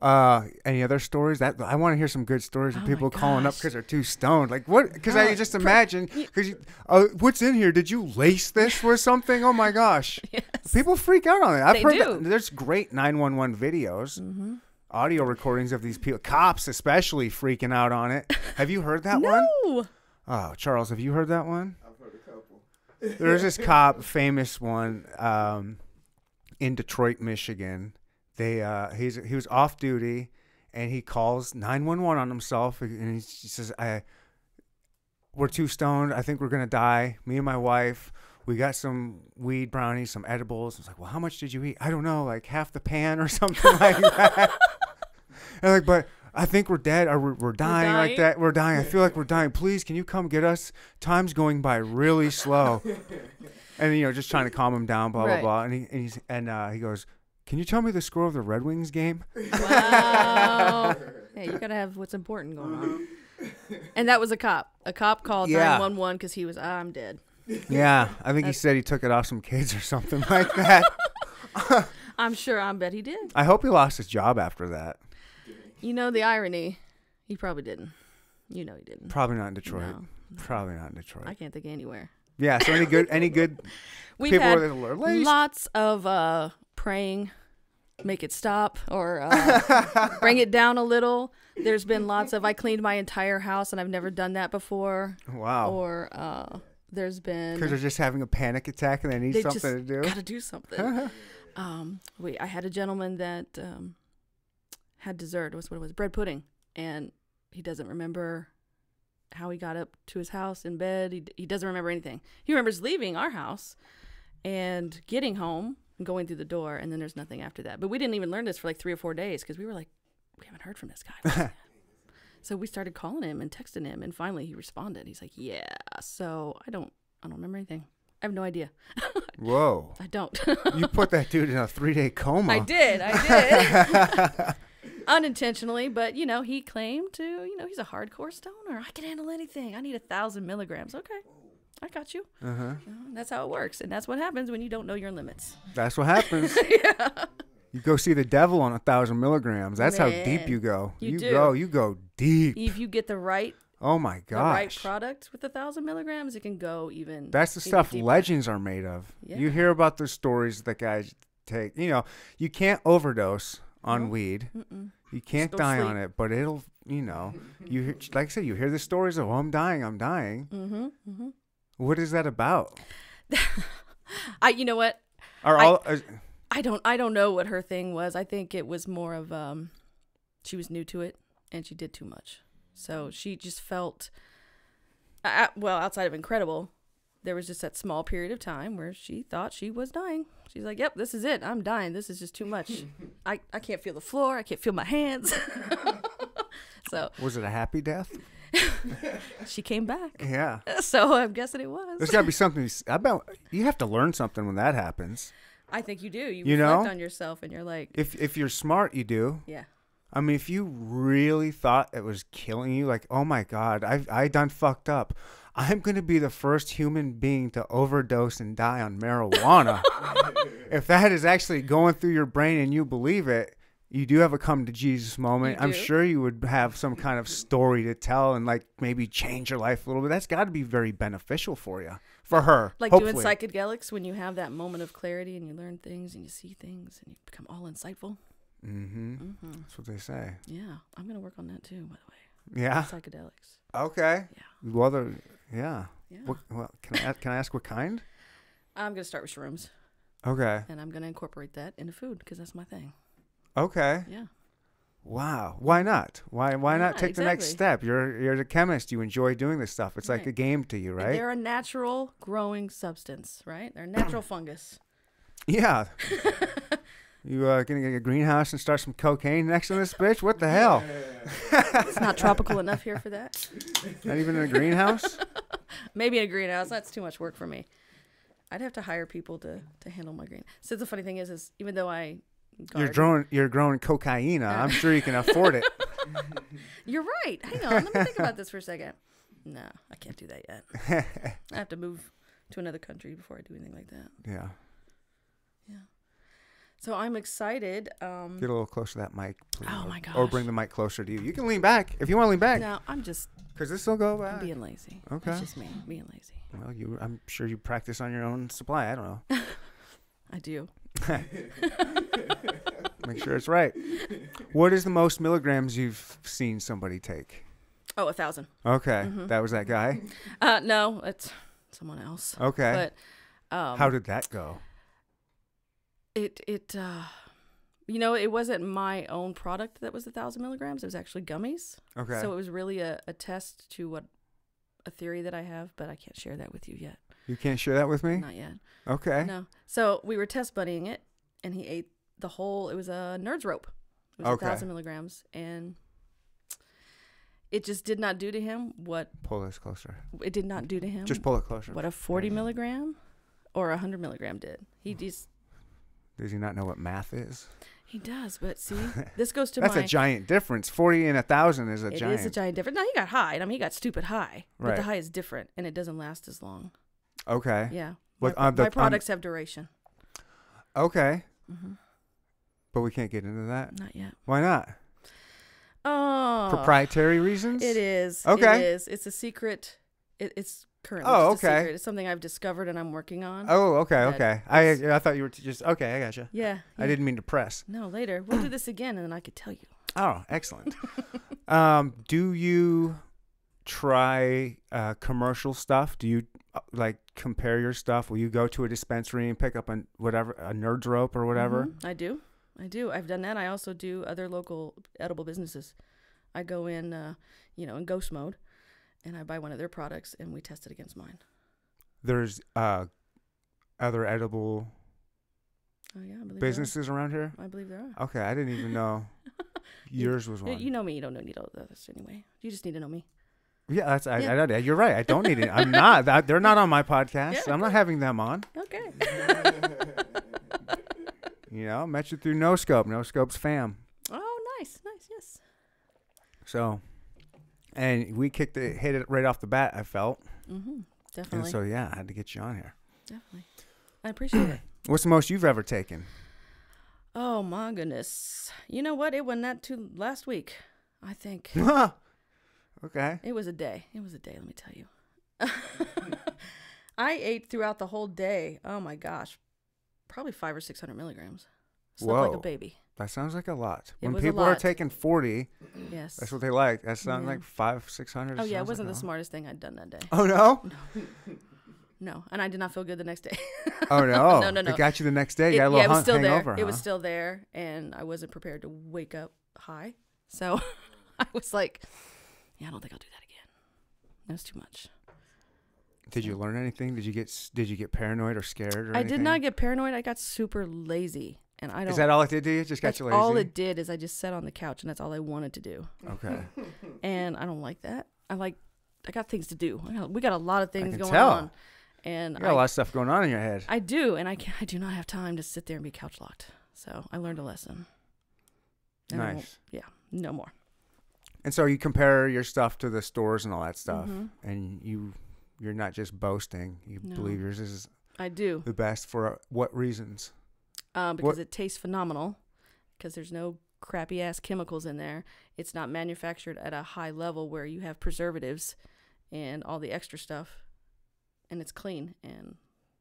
Speaker 1: Uh, any other stories? That I want to hear some good stories of
Speaker 3: Oh my
Speaker 1: people calling up
Speaker 3: gosh.
Speaker 1: because they're too stoned. Like what? Because I
Speaker 3: Oh,
Speaker 1: just
Speaker 3: pr-
Speaker 1: imagine. Because uh, what's in here? Did you lace this with something? Oh my gosh! People freak out on it. I've
Speaker 3: They
Speaker 1: heard
Speaker 3: do. Mm-hmm.
Speaker 1: that- there's great 911 videos, audio recordings of these people, cops especially freaking out on it. Have you heard that one?
Speaker 3: No.
Speaker 1: Oh, Charles, have you heard that one? I've heard a couple. There's this cop, famous one, um, in Detroit, Michigan. They uh, he's he was off duty, and he calls nine one one on himself, and he says, "I we're too stoned. I think we're gonna die. Me and my wife. We got some weed brownies, some edibles. I was like, well, how much did you eat? I don't know, like half the pan or something like that. and like, but I think we're dead or we're, we're, dying like
Speaker 3: dying.
Speaker 1: that. We're dying. I feel like we're dying. Please, can you come get us? Time's going by really slow. and you know, just trying to calm him down, blah
Speaker 3: Right.
Speaker 1: blah blah. And he and, he's, and uh, he goes, can you tell me the score of the Red Wings game?
Speaker 3: Wow. yeah, you gotta have what's important going on. And that was a cop. A cop called
Speaker 1: Yeah.
Speaker 3: nine one one because he was "Ah, I'm dead.
Speaker 1: yeah, I think he said he took it off some kids or something like that.
Speaker 3: I'm sure. I bet he did.
Speaker 1: I hope he lost his job after that.
Speaker 3: You know the irony. He probably didn't. You know he didn't.
Speaker 1: Probably not in Detroit.
Speaker 3: No.
Speaker 1: Probably not in Detroit.
Speaker 3: I can't think of anywhere.
Speaker 1: yeah. So any good, any good
Speaker 3: We've
Speaker 1: people
Speaker 3: had
Speaker 1: were there, "Lace."
Speaker 3: lots of uh, praying, make it stop or uh, bring it down a little. There's been lots of I cleaned my entire house and I've never done that before.
Speaker 1: Wow.
Speaker 3: Or uh, there's been
Speaker 1: Because they're Oh. just having a panic attack and they need
Speaker 3: they
Speaker 1: something
Speaker 3: just
Speaker 1: to do.
Speaker 3: gotta do something. um, wait, I had a gentleman that um, had dessert. It was what it was bread pudding, and he doesn't remember how he got up to his house in bed. He he doesn't remember anything. He remembers leaving our house and getting home and going through the door, and then there's nothing after that. But we didn't even learn this for like three or four days because we were like, we haven't heard from this guy. so we started calling him and texting him, and finally he responded. He's like, yeah. So I don't I don't remember anything. I have no idea.
Speaker 1: Whoa.
Speaker 3: I don't.
Speaker 1: You put that dude in a three day coma.
Speaker 3: I did. I did. Unintentionally, but you know, he claimed to, you know, he's a hardcore stoner. I can handle anything. I need a thousand milligrams. Okay. I got you.
Speaker 1: Uh-huh.
Speaker 3: You know, and that's how it works. And that's what happens when you don't know your limits.
Speaker 1: That's what happens. You go see the devil on a thousand milligrams. That's how deep
Speaker 3: Man,
Speaker 1: you go.
Speaker 3: you do.
Speaker 1: go. You go deep.
Speaker 3: If you get the right
Speaker 1: oh my
Speaker 3: the right
Speaker 1: gosh.
Speaker 3: product with a thousand milligrams, it can go even
Speaker 1: That's the
Speaker 3: even
Speaker 1: stuff
Speaker 3: deeper.
Speaker 1: legends are made of.
Speaker 3: Yeah.
Speaker 1: You hear about the stories that guys take. You know, you can't overdose on weed. You can't
Speaker 3: Still
Speaker 1: die on
Speaker 3: sleep.
Speaker 1: it, but it'll. You know, you hear, like I said, you hear the stories of, "Oh, I'm dying. I'm dying." Mm-hmm, What is that about?
Speaker 3: I you know what?
Speaker 1: Are
Speaker 3: I-
Speaker 1: all? is-
Speaker 3: I don't I don't know what her thing was. I think it was more of um she was new to it and she did too much. So she just felt I, I- well, outside of incredible, there was just that small period of time where she thought she was dying. She's like, "Yep, this is it. I'm dying. This is just too much. I I can't feel the floor. I can't feel my hands." so,
Speaker 1: was it a happy death?
Speaker 3: she came back.
Speaker 1: Yeah.
Speaker 3: So, I'm guessing it
Speaker 1: There's
Speaker 3: was.
Speaker 1: got to be something. you s- I bet you have to learn something when that happens.
Speaker 3: I think you do. You,
Speaker 1: You
Speaker 3: reflect
Speaker 1: know?
Speaker 3: on yourself and you're like,
Speaker 1: If if you're smart, you do.
Speaker 3: "Yeah.
Speaker 1: I mean, if you really thought it was killing you, like, oh my god, I I done fucked up. I'm gonna be the first human being to overdose and die on marijuana. if that is actually going through your brain and you believe it, you do have a come to Jesus moment.
Speaker 3: You
Speaker 1: I'm
Speaker 3: do.
Speaker 1: sure you would have some kind of story to tell and like maybe change your life a little bit. That's got to be very beneficial for you, for her.
Speaker 3: like
Speaker 1: hopefully.
Speaker 3: doing psychedelics when you have that moment of clarity and you learn things and you see things and you become all insightful.
Speaker 1: Mm-hmm. That's what they say.
Speaker 3: Yeah, I'm gonna work on that too. By the
Speaker 1: Yeah.
Speaker 3: way, psychedelics.
Speaker 1: Okay. Well, they yeah.
Speaker 3: Yeah.
Speaker 1: What, well, can I a- can I ask what kind?
Speaker 3: I'm gonna start with shrooms
Speaker 1: Okay.
Speaker 3: and I'm gonna incorporate that into food because that's my thing.
Speaker 1: Okay.
Speaker 3: Yeah,
Speaker 1: Wow. Why not? Why why not
Speaker 3: Yeah,
Speaker 1: take the next
Speaker 3: exactly.
Speaker 1: step? You're you're the chemist. You enjoy doing this stuff. It's like
Speaker 3: Right.
Speaker 1: a game to you,
Speaker 3: And
Speaker 1: right?
Speaker 3: they're a natural growing substance, right? They're a natural fungus.
Speaker 1: Yeah. you uh, gonna get a greenhouse and start some cocaine next to this bitch? What the hell?
Speaker 3: It's not tropical enough here for that.
Speaker 1: Not even in a greenhouse?
Speaker 3: Maybe in a greenhouse. That's too much work for me. I'd have to hire people to to handle my green. So the funny thing is, is even though I
Speaker 1: you're
Speaker 3: garden-
Speaker 1: growing you're growing cocaine. I'm sure you can afford it.
Speaker 3: You're right. Hang on. Let me think about this for a second. No, I can't do that yet. I have to move to another country before I do anything like that.
Speaker 1: Yeah.
Speaker 3: So I'm excited. Um,
Speaker 1: Get a little closer to that mic, please.
Speaker 3: Oh
Speaker 1: or-
Speaker 3: my
Speaker 1: Or
Speaker 3: gosh.
Speaker 1: bring the mic closer to you. You can lean back if you want to lean back.
Speaker 3: no, I'm just
Speaker 1: Cause this will go
Speaker 3: I'm
Speaker 1: back.
Speaker 3: being lazy.
Speaker 1: Okay.
Speaker 3: It's just me being lazy.
Speaker 1: Well, you, I'm sure you practice on your own supply. I don't know.
Speaker 3: I do.
Speaker 1: Make sure it's right. What is the most milligrams you've seen somebody take?
Speaker 3: Oh, a thousand.
Speaker 1: Okay,
Speaker 3: Mm-hmm.
Speaker 1: that was that guy.
Speaker 3: Uh, no, it's someone else.
Speaker 1: Okay,
Speaker 3: But um,
Speaker 1: how did that go?
Speaker 3: it it uh, you know, it wasn't my own product that was a thousand milligrams. It was actually gummies.
Speaker 1: Okay,
Speaker 3: So it was really a, a test to what a theory that I have, but I can't share that with you yet.
Speaker 1: you can't share that with me.
Speaker 3: Not yet.
Speaker 1: Okay,
Speaker 3: No. So we were test buddying it, and he ate the whole. It was a nerd's rope. It was a
Speaker 1: Okay.
Speaker 3: thousand milligrams, and it just did not do to him what
Speaker 1: pull this closer.
Speaker 3: it did not do to him.
Speaker 1: Just pull it closer.
Speaker 3: what a forty milligram or a hundred milligram did. He
Speaker 1: Mm-hmm.
Speaker 3: just
Speaker 1: Does he not know what math is?
Speaker 3: he does, but see, this goes to
Speaker 1: That's
Speaker 3: my.
Speaker 1: a giant difference. Forty and a thousand is a
Speaker 3: It is
Speaker 1: giant.
Speaker 3: a giant difference. Now he got high. and I mean, he got stupid high, but the
Speaker 1: Right.
Speaker 3: high is different, and it doesn't last as long.
Speaker 1: okay.
Speaker 3: Yeah.
Speaker 1: With,
Speaker 3: my,
Speaker 1: um, the-
Speaker 3: my
Speaker 1: um,
Speaker 3: products have duration. Mm-hmm.
Speaker 1: Okay. But we can't get into that.
Speaker 3: Not yet.
Speaker 1: Why not?
Speaker 3: Oh,
Speaker 1: Proprietary reasons?
Speaker 3: It is.
Speaker 1: Okay.
Speaker 3: It is. It's a secret. It, it's currently.
Speaker 1: Oh,
Speaker 3: just a
Speaker 1: okay.
Speaker 3: secret. It's something I've discovered and I'm working on.
Speaker 1: Oh, okay,
Speaker 3: that
Speaker 1: okay. I I thought you were t- just okay. I gotcha.
Speaker 3: Yeah.
Speaker 1: I
Speaker 3: yeah.
Speaker 1: didn't mean to press.
Speaker 3: No, later we'll do this again, and then I could tell you.
Speaker 1: Oh, excellent. um, do you try uh, commercial stuff? Do you uh, like compare your stuff? Will you go to a dispensary and pick up a whatever a nerd's rope or whatever?
Speaker 3: Mhm. I do. I do. I've done that. I also do other local edible businesses. I go in, uh, you know, in ghost mode, and I buy one of their products and we test it against mine.
Speaker 1: There's uh, other edible
Speaker 3: Oh yeah, I believe there are.
Speaker 1: businesses around here.
Speaker 3: I believe there are.
Speaker 1: Okay, I didn't even know yours was
Speaker 3: You-
Speaker 1: one.
Speaker 3: You know me. You don't know- need all of this anyway. You just need to know me.
Speaker 1: yeah, that's I,
Speaker 3: Yeah.
Speaker 1: I, you're right. I don't need it. I'm not. That, they're not on my podcast.
Speaker 3: Yeah.
Speaker 1: I'm not having them on.
Speaker 3: Okay.
Speaker 1: You know, met you through No Scope. No Scope's fam.
Speaker 3: oh, nice, nice, yes.
Speaker 1: So, and we kicked it, hit it right off the bat. I felt,
Speaker 3: Mm-hmm.
Speaker 1: and
Speaker 3: Definitely,
Speaker 1: so yeah, I had to get you on here.
Speaker 3: definitely. I appreciate it.
Speaker 1: What's the most you've ever taken?
Speaker 3: Oh my goodness. You know what? It wasn't that too last week. I think
Speaker 1: okay.
Speaker 3: It was a day. It was a day, let me tell you. I ate throughout the whole day. Oh my gosh. Probably five or 600 milligrams. Slept like
Speaker 1: Whoa.
Speaker 3: a baby.
Speaker 1: That sounds like a lot.
Speaker 3: It
Speaker 1: when
Speaker 3: was a
Speaker 1: people are
Speaker 3: lot.
Speaker 1: taking forty,
Speaker 3: Yes.
Speaker 1: that's what they like. That sounds
Speaker 3: Yeah.
Speaker 1: like five, six hundred.
Speaker 3: oh, yeah. It
Speaker 1: sounds like
Speaker 3: wasn't
Speaker 1: a
Speaker 3: the
Speaker 1: lot.
Speaker 3: smartest thing I'd done that day.
Speaker 1: Oh no!
Speaker 3: No. And I did not feel good the next day.
Speaker 1: Oh no!
Speaker 3: no, no, no.
Speaker 1: It got you the next day.
Speaker 3: It-
Speaker 1: you got a little
Speaker 3: yeah, it was
Speaker 1: hung-
Speaker 3: still there.
Speaker 1: hangover.
Speaker 3: It was
Speaker 1: huh?
Speaker 3: still there. And I wasn't prepared to wake up high. So I was like, yeah, I don't think I'll do that again. That was too much.
Speaker 1: Did you learn anything? Did you get s- Did you get paranoid or scared or
Speaker 3: I
Speaker 1: anything?
Speaker 3: did not get paranoid. I got super lazy. And I don't
Speaker 1: Is that all it did to you? Just got
Speaker 3: That's
Speaker 1: you lazy.
Speaker 3: all it did is I just sat on the couch and that's all I wanted to do.
Speaker 1: okay.
Speaker 3: And I don't like that. I like I got things to do. I got, we got a lot of things
Speaker 1: can
Speaker 3: going
Speaker 1: tell.
Speaker 3: on. And
Speaker 1: You got a lot
Speaker 3: I,
Speaker 1: of stuff going on in your head.
Speaker 3: I do and I can I do not have time to sit there and be couch locked. So I learned a lesson. And I won't-
Speaker 1: nice.
Speaker 3: Yeah, no more.
Speaker 1: And so you compare your stuff to the stores and all that stuff,
Speaker 3: Mhm.
Speaker 1: and you you're not just boasting. You
Speaker 3: No.
Speaker 1: believe yours is
Speaker 3: I do.
Speaker 1: the best for what reasons?
Speaker 3: Um, because it tastes phenomenal because there's no crappy ass chemicals in there. It's not manufactured at a high level where you have preservatives and all the extra stuff and it's clean and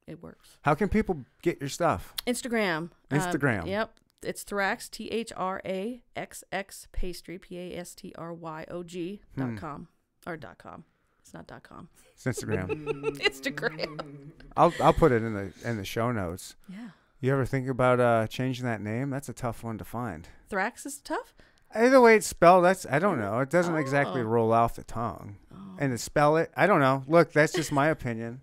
Speaker 3: it works.
Speaker 1: How can people get your stuff?
Speaker 3: Instagram. Um,
Speaker 1: Instagram.
Speaker 3: yep. It's Thrax, T H R A X X pastry, P A S T R Y O G dot
Speaker 1: Hmm.
Speaker 3: com. Or dot com. It's not dot com.
Speaker 1: It's Instagram.
Speaker 3: Instagram.
Speaker 1: I'll I'll put it in the in the show notes.
Speaker 3: Yeah.
Speaker 1: You ever think about uh, changing that name? That's a tough one to find.
Speaker 3: Thrax is tough.
Speaker 1: Either way it's spelled, that's I don't know. It doesn't exactly
Speaker 3: Oh.
Speaker 1: roll off the tongue.
Speaker 3: Oh.
Speaker 1: And to spell it, I don't know. Look, that's just my opinion.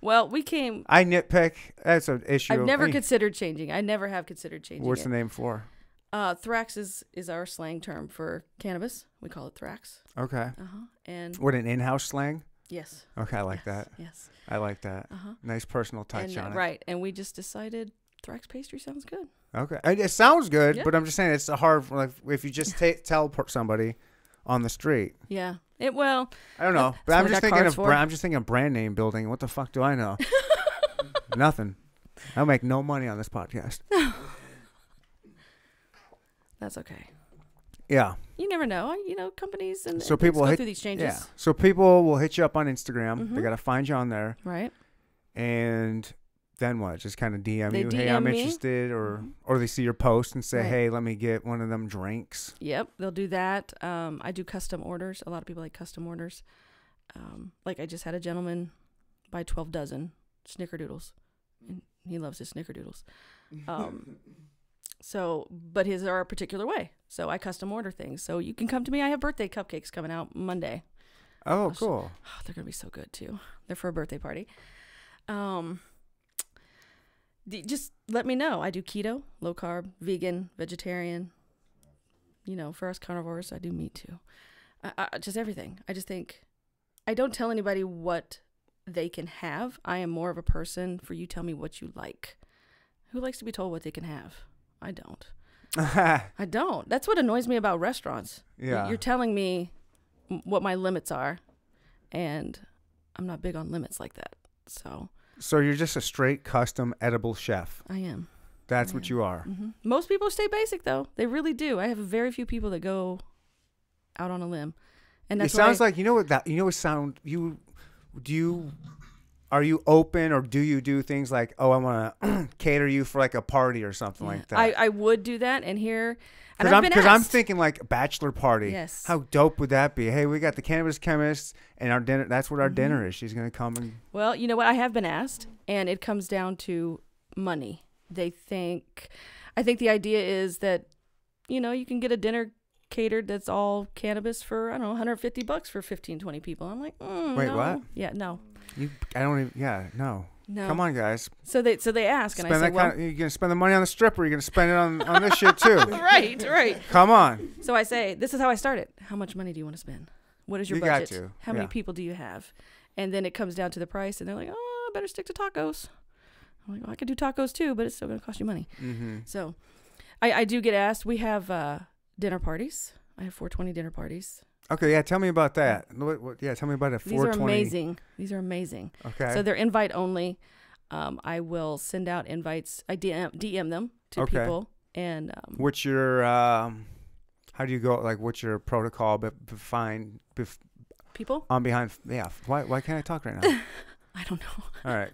Speaker 3: Well, we came.
Speaker 1: I nitpick. That's an issue.
Speaker 3: I've
Speaker 1: of
Speaker 3: never
Speaker 1: me.
Speaker 3: considered changing. I never have considered changing.
Speaker 1: What's
Speaker 3: it.
Speaker 1: the name for?
Speaker 3: Uh, thrax is, is our slang term for cannabis. We call it thrax.
Speaker 1: Okay.
Speaker 3: Uh huh. And
Speaker 1: What an in-house slang.
Speaker 3: yes.
Speaker 1: Okay, I like
Speaker 3: yes,
Speaker 1: that.
Speaker 3: Yes.
Speaker 1: I like that.
Speaker 3: Uh huh.
Speaker 1: Nice personal touch
Speaker 3: And, uh,
Speaker 1: on it.
Speaker 3: right. And we just decided thrax pastry sounds good.
Speaker 1: Okay, and it sounds good,
Speaker 3: Yeah.
Speaker 1: but I'm just saying it's a hard. Like if you just ta tell per- somebody on the street,
Speaker 3: Yeah. It well.
Speaker 1: I don't know. But
Speaker 3: That's
Speaker 1: I'm
Speaker 3: what I
Speaker 1: just
Speaker 3: got
Speaker 1: thinking
Speaker 3: cards
Speaker 1: of.
Speaker 3: for.
Speaker 1: Bra- I'm just thinking of brand name building. What the fuck do I know? Nothing. I make no money on this podcast.
Speaker 3: That's okay.
Speaker 1: Yeah.
Speaker 3: you never know. You know, companies and
Speaker 1: So
Speaker 3: and things
Speaker 1: people
Speaker 3: go
Speaker 1: hit-
Speaker 3: through these changes,
Speaker 1: Yeah. So people will hit you up on Instagram. They
Speaker 3: Mhm.
Speaker 1: gotta find you on there,
Speaker 3: right?
Speaker 1: and then what? Just kind of DM
Speaker 3: They
Speaker 1: you. Hey, I'm
Speaker 3: DM me. Mm-hmm.
Speaker 1: interested, or or they see your post and say,
Speaker 3: Right.
Speaker 1: Hey, let me get one of them drinks.
Speaker 3: Yep, they'll do that. Um, I do custom orders. A lot of people like custom orders. Um, like I just had a gentleman buy twelve dozen snickerdoodles, and he loves his snickerdoodles. Um, so, but his are a particular way. So I custom order things. So you can come to me. I have birthday cupcakes coming out Monday.
Speaker 1: Oh,
Speaker 3: Awesome.
Speaker 1: cool.
Speaker 3: Oh, they're gonna be so good too. They're for a birthday party. Um, d- just let me know. I do keto, low carb, vegan, vegetarian. You know, for us carnivores, I do meat too. I, I, just everything. I just think I don't tell anybody what they can have. I am more of a person for you. Tell me what you like. Who likes to be told what they can have? I don't. I don't. That's what annoys me about restaurants. Y-
Speaker 1: yeah.
Speaker 3: You're telling me m- what my limits are, and I'm not big on limits like that. So
Speaker 1: So you're just a straight custom edible chef.
Speaker 3: I am. Mm-hmm.
Speaker 1: That's what you are.
Speaker 3: hmm Most people stay basic, though. They really do. I have very few people that go out on a limb. And
Speaker 1: It
Speaker 3: that's
Speaker 1: sounds
Speaker 3: why,
Speaker 1: like you know what that you know what sound you do you are you open or do you do things like oh I want to cater you for like a party or something like that.
Speaker 3: I, I would do that. And here, and
Speaker 1: Because
Speaker 3: I've
Speaker 1: I'm,
Speaker 3: been
Speaker 1: 'cause I'm
Speaker 3: asked.
Speaker 1: thinking like bachelor party.
Speaker 3: Yes.
Speaker 1: How dope would that be? Hey, we got the cannabis chemists and our dinner. That's what our
Speaker 3: Mm-hmm.
Speaker 1: dinner is. She's gonna come and
Speaker 3: Well, you know what? I have been asked, and it comes down to money. They think, I think the idea is that, you know, you can get a dinner catered that's all cannabis for, I don't know, 150 bucks for 15, 20 people. I'm like, mm,
Speaker 1: Wait,
Speaker 3: no.
Speaker 1: what?
Speaker 3: Yeah, no.
Speaker 1: you. I don't even. Yeah. No.
Speaker 3: No.
Speaker 1: Come on, guys.
Speaker 3: So they, so they ask, and
Speaker 1: Spend
Speaker 3: I say,
Speaker 1: that
Speaker 3: well,
Speaker 1: kind. Of, you're gonna spend the money on the strip, or you're gonna spend it on on this shit too.
Speaker 3: right, right.
Speaker 1: Come on.
Speaker 3: So I say, this is how I started. How much money do you want to spend? What is your
Speaker 1: You got
Speaker 3: budget?
Speaker 1: to,
Speaker 3: How many
Speaker 1: yeah.
Speaker 3: people do you have? And then it comes down to the price, and they're like, oh, I better stick to tacos. I'm like, well, I could do tacos too, but it's still going to cost you money.
Speaker 1: Mm-hmm.
Speaker 3: So I, I do get asked. We have uh, dinner parties. I have 420 dinner parties.
Speaker 1: Okay. Yeah. Tell me about that. What, what, yeah. Tell me about a
Speaker 3: These are
Speaker 1: 420.
Speaker 3: amazing. These are amazing.
Speaker 1: Okay.
Speaker 3: So they're invite only. Um, I will send out invites. I DM, DM them to
Speaker 1: Okay.
Speaker 3: people. And um,
Speaker 1: what's your um? How do you go? Like, what's your protocol? But behind, bef-
Speaker 3: people?
Speaker 1: on behind. Yeah. Why? Why can't I talk right now?
Speaker 3: I don't know.
Speaker 1: All right.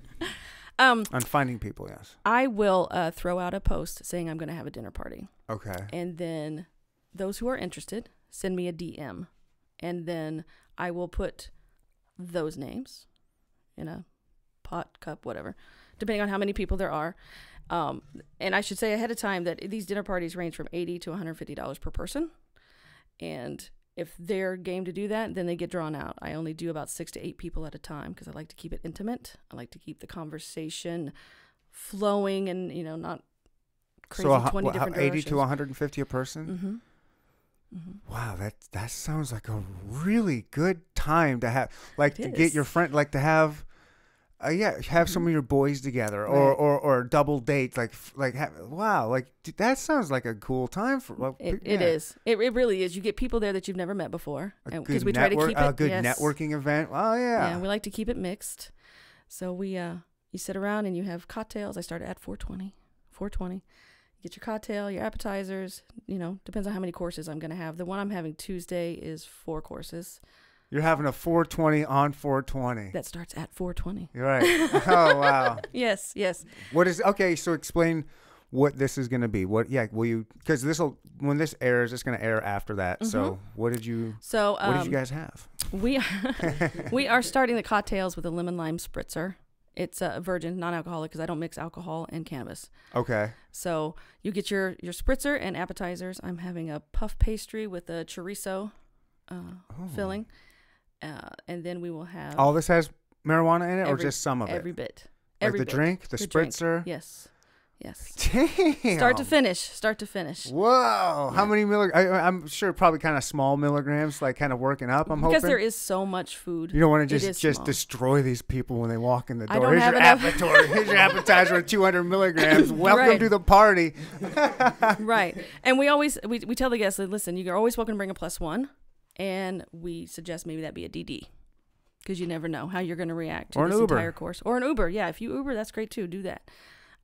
Speaker 3: Um,
Speaker 1: On finding people. Yes.
Speaker 3: I will uh, throw out a post saying I'm going to have a dinner party.
Speaker 1: Okay.
Speaker 3: And then those who are interested send me a DM. And then I will put those names in a pot, cup, whatever, depending on how many people there are. Um, and I should say ahead of time that these dinner parties range from 80 to $150 per person. And if they're game to do that, then they get drawn out. I only do about six to eight people at a time because I like to keep it intimate. I like to keep the conversation flowing and, you know, not crazy
Speaker 1: so a hu-
Speaker 3: 20
Speaker 1: what, how-
Speaker 3: different
Speaker 1: 80 to
Speaker 3: directions.
Speaker 1: 150 a person
Speaker 3: Mm-hmm.
Speaker 1: wow that that sounds like a really good time to have like
Speaker 3: It
Speaker 1: to get your
Speaker 3: is. Mm-hmm.
Speaker 1: friend like to have uh, yeah have some of your boys together or,
Speaker 3: Right.
Speaker 1: or or double dates like f- like have, wow like d- that sounds like a cool time for well,
Speaker 3: It,
Speaker 1: pe-
Speaker 3: it
Speaker 1: yeah.
Speaker 3: is. It, it really is. You get people there that you've never met before,
Speaker 1: a
Speaker 3: and
Speaker 1: good
Speaker 3: because we try to
Speaker 1: network-
Speaker 3: keep it
Speaker 1: a good
Speaker 3: yes.
Speaker 1: networking event oh yeah,
Speaker 3: Yeah, we like to keep it mixed. So we, uh, you sit around and you have cocktails. I started at 4:20. 4:20. Get your cocktail, your appetizers. You know, depends on how many courses I'm going to have. The one I'm having Tuesday is four courses.
Speaker 1: you're having a 420 on 420
Speaker 3: That starts at 4:20.
Speaker 1: you're right oh wow
Speaker 3: Yes, yes.
Speaker 1: What is okay? So explain what this is going to be. What? Yeah. Will you? Because this will when this airs, it's going to air after that. So what did you?
Speaker 3: So
Speaker 1: What
Speaker 3: Mm-hmm. um,
Speaker 1: did you guys have?
Speaker 3: We we are starting the cocktails with a lemon lime spritzer. It's a virgin, non-alcoholic because I don't mix alcohol and cannabis.
Speaker 1: Okay.
Speaker 3: So you get your your spritzer and appetizers. I'm having a puff pastry with a chorizo uh, filling, uh, and then we will have
Speaker 1: Oh. All this has marijuana in it, or
Speaker 3: um, every-
Speaker 1: just some of
Speaker 3: every
Speaker 1: it?
Speaker 3: bit,
Speaker 1: Like
Speaker 3: every
Speaker 1: the
Speaker 3: bit.
Speaker 1: drink, the,
Speaker 3: drink.
Speaker 1: spritzer.
Speaker 3: Yes, yes.
Speaker 1: Damn.
Speaker 3: Start to finish. Start to finish.
Speaker 1: Whoa! How many milligrams? I'm sure probably kind of small milligrams, like kind of working up. I'm
Speaker 3: because
Speaker 1: hoping
Speaker 3: there is so much food.
Speaker 1: you don't want
Speaker 3: It
Speaker 1: to just
Speaker 3: is
Speaker 1: just
Speaker 3: small.
Speaker 1: destroy these people when they walk in the door.
Speaker 3: I don't
Speaker 1: Here's
Speaker 3: have
Speaker 1: your
Speaker 3: enough-
Speaker 1: appetizer. Here's your appetizer with 200 milligrams. Welcome
Speaker 3: Right.
Speaker 1: to the party.
Speaker 3: right. And we always we, we tell the guests, like, listen, you're always welcome to bring a plus one, and we suggest maybe that be a DD, because you never know how you're going to react to
Speaker 1: Or an
Speaker 3: this
Speaker 1: Uber.
Speaker 3: entire course, or an Uber. Yeah, if you Uber, that's great too. Do that.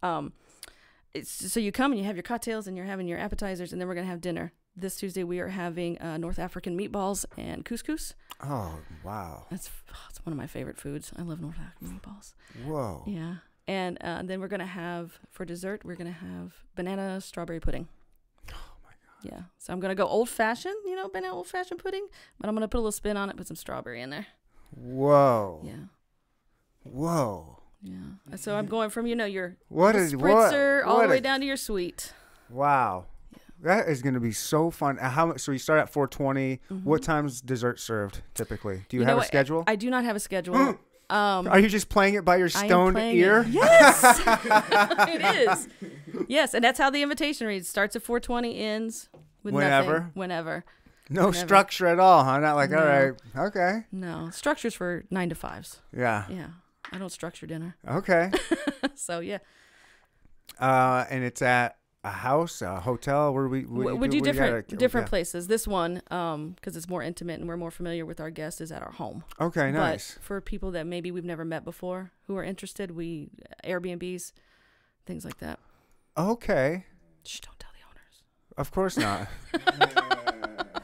Speaker 3: Um, it's, so you come and you have your cocktails and you're having your appetizers, and then we're going to have dinner. This Tuesday we are having uh, North African meatballs and couscous.
Speaker 1: Oh wow!
Speaker 3: That's oh, it's one of my favorite foods. I love North African meatballs.
Speaker 1: Whoa!
Speaker 3: Yeah. And uh, then we're going to have, for dessert, we're going to have banana strawberry pudding. Oh my God. Yeah. So I'm going to go old fashioned, you know, banana old fashioned pudding, but I'm going to put a little spin on it, put some strawberry in there.
Speaker 1: Whoa.
Speaker 3: Yeah.
Speaker 1: Whoa.
Speaker 3: Yeah. So I'm going from, you know, your
Speaker 1: What
Speaker 3: the
Speaker 1: is what?
Speaker 3: spritzer all
Speaker 1: what
Speaker 3: the way
Speaker 1: a-
Speaker 3: down to your sweet.
Speaker 1: Wow. That is going to be so fun. Uh, How much? So you start at 4:20. What time's dessert served typically? Do you,
Speaker 3: Mm-hmm. know
Speaker 1: have a
Speaker 3: what?
Speaker 1: schedule?
Speaker 3: I do not have a schedule. um,
Speaker 1: Are you just playing it by your
Speaker 3: I am
Speaker 1: stone
Speaker 3: playing it.
Speaker 1: ear?
Speaker 3: Yes, it is. Yes, and that's how the invitation reads. Starts at 4:20, ends with
Speaker 1: Whenever.
Speaker 3: Nothing, whenever.
Speaker 1: No structure at all, huh? Not like, all
Speaker 3: No.
Speaker 1: right, okay,
Speaker 3: No structures for nine to fives.
Speaker 1: yeah,
Speaker 3: Yeah, I don't structure dinner.
Speaker 1: okay.
Speaker 3: So yeah,
Speaker 1: uh, and it's at a house, a hotel. Where we what
Speaker 3: we,
Speaker 1: do
Speaker 3: we do
Speaker 1: What you got
Speaker 3: different
Speaker 1: at-
Speaker 3: different
Speaker 1: yeah.
Speaker 3: places. This one, um, because it's more intimate and we're more familiar with our guests, is at our home.
Speaker 1: Okay, nice.
Speaker 3: But for people that maybe we've never met before who are interested, we uh, Airbnbs, things like that.
Speaker 1: Okay,
Speaker 3: Shh, don't tell the owners.
Speaker 1: of course not.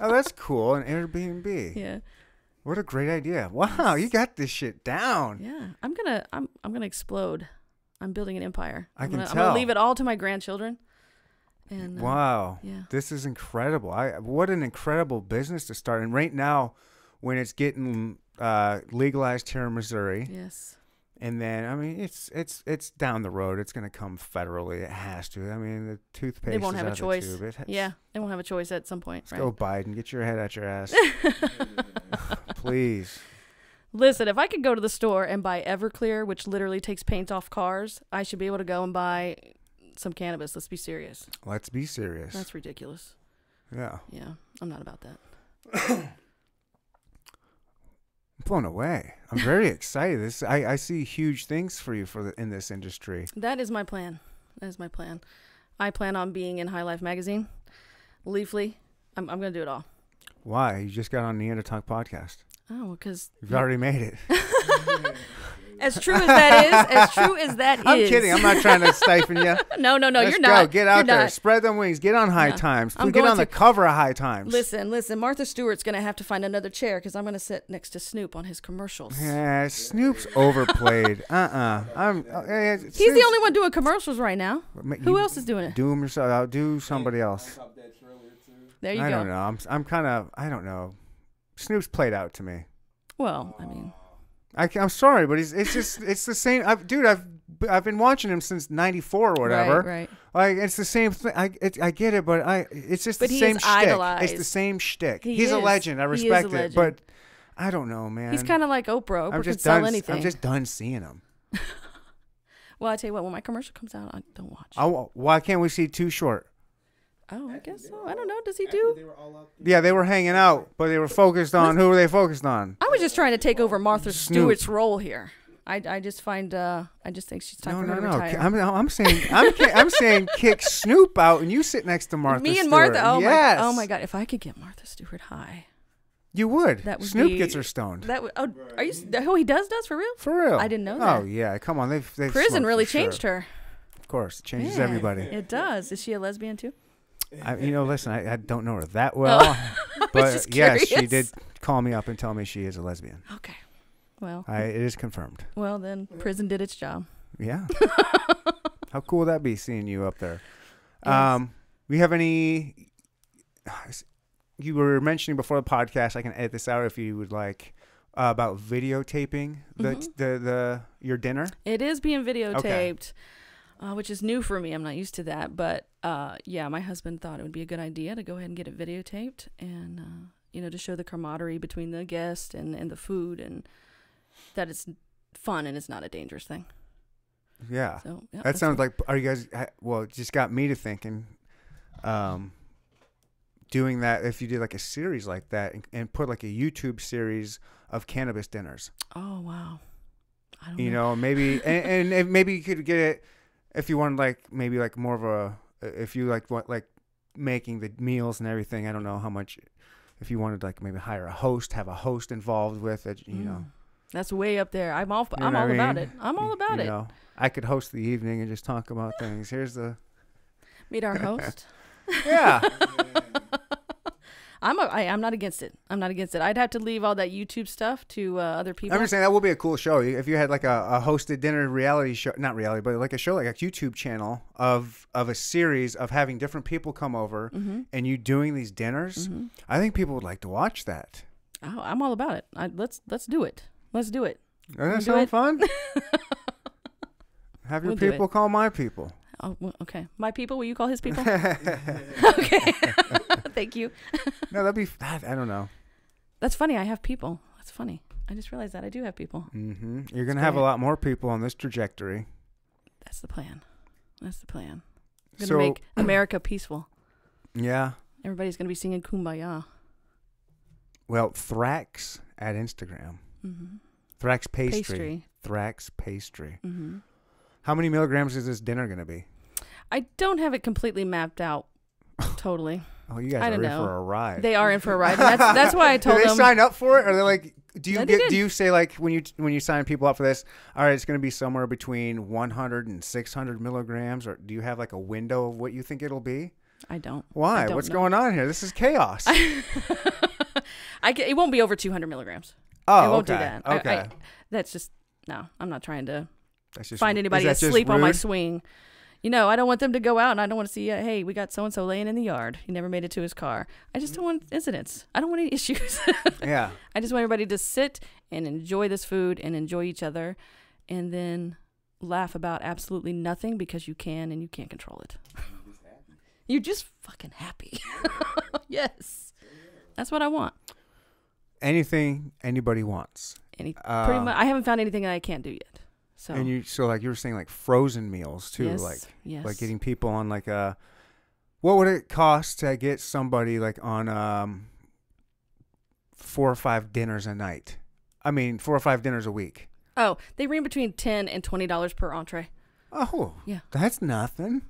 Speaker 1: oh, that's cool. An Airbnb.
Speaker 3: yeah.
Speaker 1: What a great idea. Wow, you got this shit down.
Speaker 3: Yeah, I'm gonna I'm I'm gonna explode. I'm building an empire.
Speaker 1: I
Speaker 3: I'm
Speaker 1: can
Speaker 3: gonna, I'm gonna
Speaker 1: tell.
Speaker 3: leave it all to my grandchildren. And uh,
Speaker 1: Wow.
Speaker 3: yeah.
Speaker 1: This is incredible. I what an incredible business to start. And right now when it's getting uh, legalized here in Missouri,
Speaker 3: Yes.
Speaker 1: and then I mean it's it's it's down the road. It's going to come federally. It has to. I mean the toothpaste.
Speaker 3: They won't
Speaker 1: is
Speaker 3: have a
Speaker 1: out of the
Speaker 3: choice.
Speaker 1: tube. It has-
Speaker 3: Yeah, they won't have a choice at some point.
Speaker 1: Let's
Speaker 3: Right?
Speaker 1: go, Biden. Get your head out your ass, please.
Speaker 3: Listen, if I could go to the store and buy Everclear, which literally takes paint off cars, I should be able to go and buy some cannabis. Let's be serious.
Speaker 1: Let's be serious.
Speaker 3: That's ridiculous.
Speaker 1: yeah,
Speaker 3: Yeah, I'm not about that.
Speaker 1: I'm blown away. I'm very excited. This I, I see huge things for you for the, in this industry.
Speaker 3: That is my plan. That is my plan. I plan on being in High Life magazine, Leafly. I'm I'm gonna do it all.
Speaker 1: Why? You just got on the Talk podcast.
Speaker 3: Oh, because
Speaker 1: You've already made it.
Speaker 3: As true as that is, as true as that is.
Speaker 1: I'm kidding. I'm not trying to stifle you.
Speaker 3: no, no, no.
Speaker 1: Let's
Speaker 3: you're
Speaker 1: go.
Speaker 3: not.
Speaker 1: Get out
Speaker 3: You're
Speaker 1: there.
Speaker 3: not.
Speaker 1: Spread them wings. Get on High Times.
Speaker 3: I'm
Speaker 1: get
Speaker 3: going
Speaker 1: on the
Speaker 3: to-
Speaker 1: cover of High Times.
Speaker 3: Listen, listen. Martha Stewart's gonna have to find another chair because I'm gonna sit next to Snoop on his commercials.
Speaker 1: Yeah, Snoop's overplayed. Uh uh-uh. uh. i am Uh, yeah,
Speaker 3: He's the only one doing commercials right now. Who else is doing it?
Speaker 1: Do him yourself. I'll do somebody else.
Speaker 3: There you
Speaker 1: I
Speaker 3: go.
Speaker 1: don't know. I'm I'm kind of I don't know. Snoop's played out to me.
Speaker 3: Well, I mean,
Speaker 1: I, am sorry, but it's, it's just it's the same. I've, dude, I've I've been watching him since '94 or whatever.
Speaker 3: Right, right.
Speaker 1: Like it's the same thing. I it, I get it, but I it's just
Speaker 3: But
Speaker 1: the
Speaker 3: he
Speaker 1: same
Speaker 3: is
Speaker 1: shtick. It's the
Speaker 3: idolized.
Speaker 1: same shtick.
Speaker 3: He
Speaker 1: He's a
Speaker 3: is.
Speaker 1: legend. I
Speaker 3: He is a
Speaker 1: respect it,
Speaker 3: legend.
Speaker 1: but I don't know, man.
Speaker 3: he's kind of like Oprah. Oprah
Speaker 1: I'm
Speaker 3: can
Speaker 1: just
Speaker 3: sell
Speaker 1: done.
Speaker 3: anything.
Speaker 1: I'm just done seeing him.
Speaker 3: well, I tell you what. When my commercial comes out, I don't watch.
Speaker 1: I, why can't we see Too Short?
Speaker 3: oh, I guess so. I don't know. Does he do?
Speaker 1: Yeah, they were hanging out, but they were focused on who were they focused on?
Speaker 3: I was just trying to take over Martha
Speaker 1: Snoop.
Speaker 3: Stewart's role here. I, I just find uh I just think she's time
Speaker 1: No,
Speaker 3: for
Speaker 1: no,
Speaker 3: her to
Speaker 1: no.
Speaker 3: retire.
Speaker 1: I'm, I'm saying I'm, ki- I'm saying kick Snoop out, and you sit next to Martha.
Speaker 3: Me and
Speaker 1: Stewart.
Speaker 3: Martha. Oh
Speaker 1: yes.
Speaker 3: my. Oh my God. If I could get Martha Stewart high,
Speaker 1: You would.
Speaker 3: that would
Speaker 1: Snoop
Speaker 3: be-
Speaker 1: gets her stoned.
Speaker 3: That would. Oh, are you? s- Who he does does for real?
Speaker 1: For real.
Speaker 3: I didn't know
Speaker 1: Oh
Speaker 3: that.
Speaker 1: yeah, come on. They've, they've
Speaker 3: Prison really changed her.
Speaker 1: Of course, it changes
Speaker 3: Man,
Speaker 1: everybody.
Speaker 3: It does. Is she a lesbian too?
Speaker 1: I, you know, listen, I, I don't know her that well, but
Speaker 3: Oh. just
Speaker 1: yes, she did
Speaker 3: curious.
Speaker 1: call me up and tell me she is a lesbian.
Speaker 3: Okay. Well,
Speaker 1: I, it is confirmed.
Speaker 3: well then prison did its job.
Speaker 1: Yeah. How cool would that be seeing you up there?
Speaker 3: Yes.
Speaker 1: Um, we have any? You were mentioning before the podcast. I can edit this out if you would like uh, about videotaping the,
Speaker 3: Mm-hmm.
Speaker 1: the the your dinner.
Speaker 3: It is being videotaped, uh, which is new for me. I'm not used to that, but uh, yeah, my husband thought it would be a good idea to go ahead and get it videotaped and uh, you know to show the camaraderie between the guest and and the food and that it's fun and it's not a dangerous thing.
Speaker 1: Yeah,
Speaker 3: So yeah,
Speaker 1: that
Speaker 3: that's
Speaker 1: sounds like. Are you guys? ha- Well, it just got me to thinking. Um, doing that if you did like a series like that and, and put like a YouTube series of cannabis dinners.
Speaker 3: Oh wow. I don't
Speaker 1: you know maybe and, and, if maybe you could get it if you wanted like maybe like more of a if you like what like making the meals and everything i don't know how much if you wanted like maybe hire a host have a host involved with it you know
Speaker 3: Mm. That's way up there. I'm all
Speaker 1: You know
Speaker 3: I'm
Speaker 1: what
Speaker 3: all
Speaker 1: I
Speaker 3: about
Speaker 1: mean?
Speaker 3: it. I'm all about
Speaker 1: you
Speaker 3: it.
Speaker 1: know i could host the evening and just talk about things here's the
Speaker 3: Meet our host.
Speaker 1: yeah
Speaker 3: I'm a, I, I'm not against it. I'm not against it. I'd have to leave all that YouTube stuff to uh, other people.
Speaker 1: i'm just saying that would be a cool show if you had like a, a hosted dinner reality show not reality but like a show like a youtube channel of of a series of having different people come over
Speaker 3: Mm-hmm.
Speaker 1: and you doing these dinners i think people would like to watch that
Speaker 3: Oh, I'm all about it. I, let's let's do it. Let's do it.
Speaker 1: Doesn't that
Speaker 3: do
Speaker 1: sound
Speaker 3: it.
Speaker 1: fun? Have your
Speaker 3: We'll do it.
Speaker 1: people call my people.
Speaker 3: Oh, well, okay. My people, will you call his people? okay. Thank you.
Speaker 1: No, that'd be. That, I don't know.
Speaker 3: That's funny. I have people. That's funny. I just realized that I do have people.
Speaker 1: hmm You're gonna have a
Speaker 3: great.
Speaker 1: lot more people on this trajectory.
Speaker 3: That's the plan. That's the plan. I'm gonna
Speaker 1: So
Speaker 3: make America peaceful.
Speaker 1: yeah,
Speaker 3: Everybody's gonna be singing "Kumbaya."
Speaker 1: well, Thrax at Instagram,
Speaker 3: hmm
Speaker 1: Thrax pastry.
Speaker 3: Pastry.
Speaker 1: Thrax pastry.
Speaker 3: hmm
Speaker 1: How many milligrams is this dinner gonna be?
Speaker 3: I don't have it completely mapped out. Totally.
Speaker 1: Oh, you guys
Speaker 3: I
Speaker 1: are
Speaker 3: don't
Speaker 1: in
Speaker 3: know.
Speaker 1: for a ride.
Speaker 3: They are in for a ride. And that's, that's why I told
Speaker 1: do they
Speaker 3: them.
Speaker 1: sign up for it? Or they like, do you
Speaker 3: No, they
Speaker 1: get? Do
Speaker 3: did.
Speaker 1: you say like when you when you sign people up for this? All right, it's going to be somewhere between 100 and 600 milligrams, or do you have like a window of what you think it'll be?
Speaker 3: I don't.
Speaker 1: Why?
Speaker 3: I don't
Speaker 1: What's
Speaker 3: know.
Speaker 1: going on here? This is chaos.
Speaker 3: I ca- it won't be over 200 milligrams.
Speaker 1: oh,
Speaker 3: I won't
Speaker 1: okay.
Speaker 3: do that. I- I-
Speaker 1: Okay.
Speaker 3: that's just no. I'm not trying to
Speaker 1: That's just-
Speaker 3: find
Speaker 1: is
Speaker 3: anybody
Speaker 1: that just
Speaker 3: asleep on my
Speaker 1: rude?
Speaker 3: swing. You know, I don't want them to go out, and I don't want to see. Uh, hey, we got so and so laying in the yard. He never made it to his car. I just don't want incidents. I don't want any issues.
Speaker 1: Yeah.
Speaker 3: I just want everybody to sit and enjoy this food and enjoy each other, and then laugh about absolutely nothing because you can and you can't control it. You're just fucking happy. yes, that's what I want.
Speaker 1: Anything anybody wants.
Speaker 3: Any pretty
Speaker 1: Um,
Speaker 3: much. I haven't found anything that I can't do yet. So
Speaker 1: And you so like you were saying like frozen meals too,
Speaker 3: yes,
Speaker 1: like
Speaker 3: yes.
Speaker 1: like getting people on like a what would it cost to get somebody like on um four or five dinners a night? I mean, four or five dinners a week.
Speaker 3: Oh, they ran between ten and twenty dollars per entree.
Speaker 1: Oh,
Speaker 3: Yeah.
Speaker 1: that's nothing.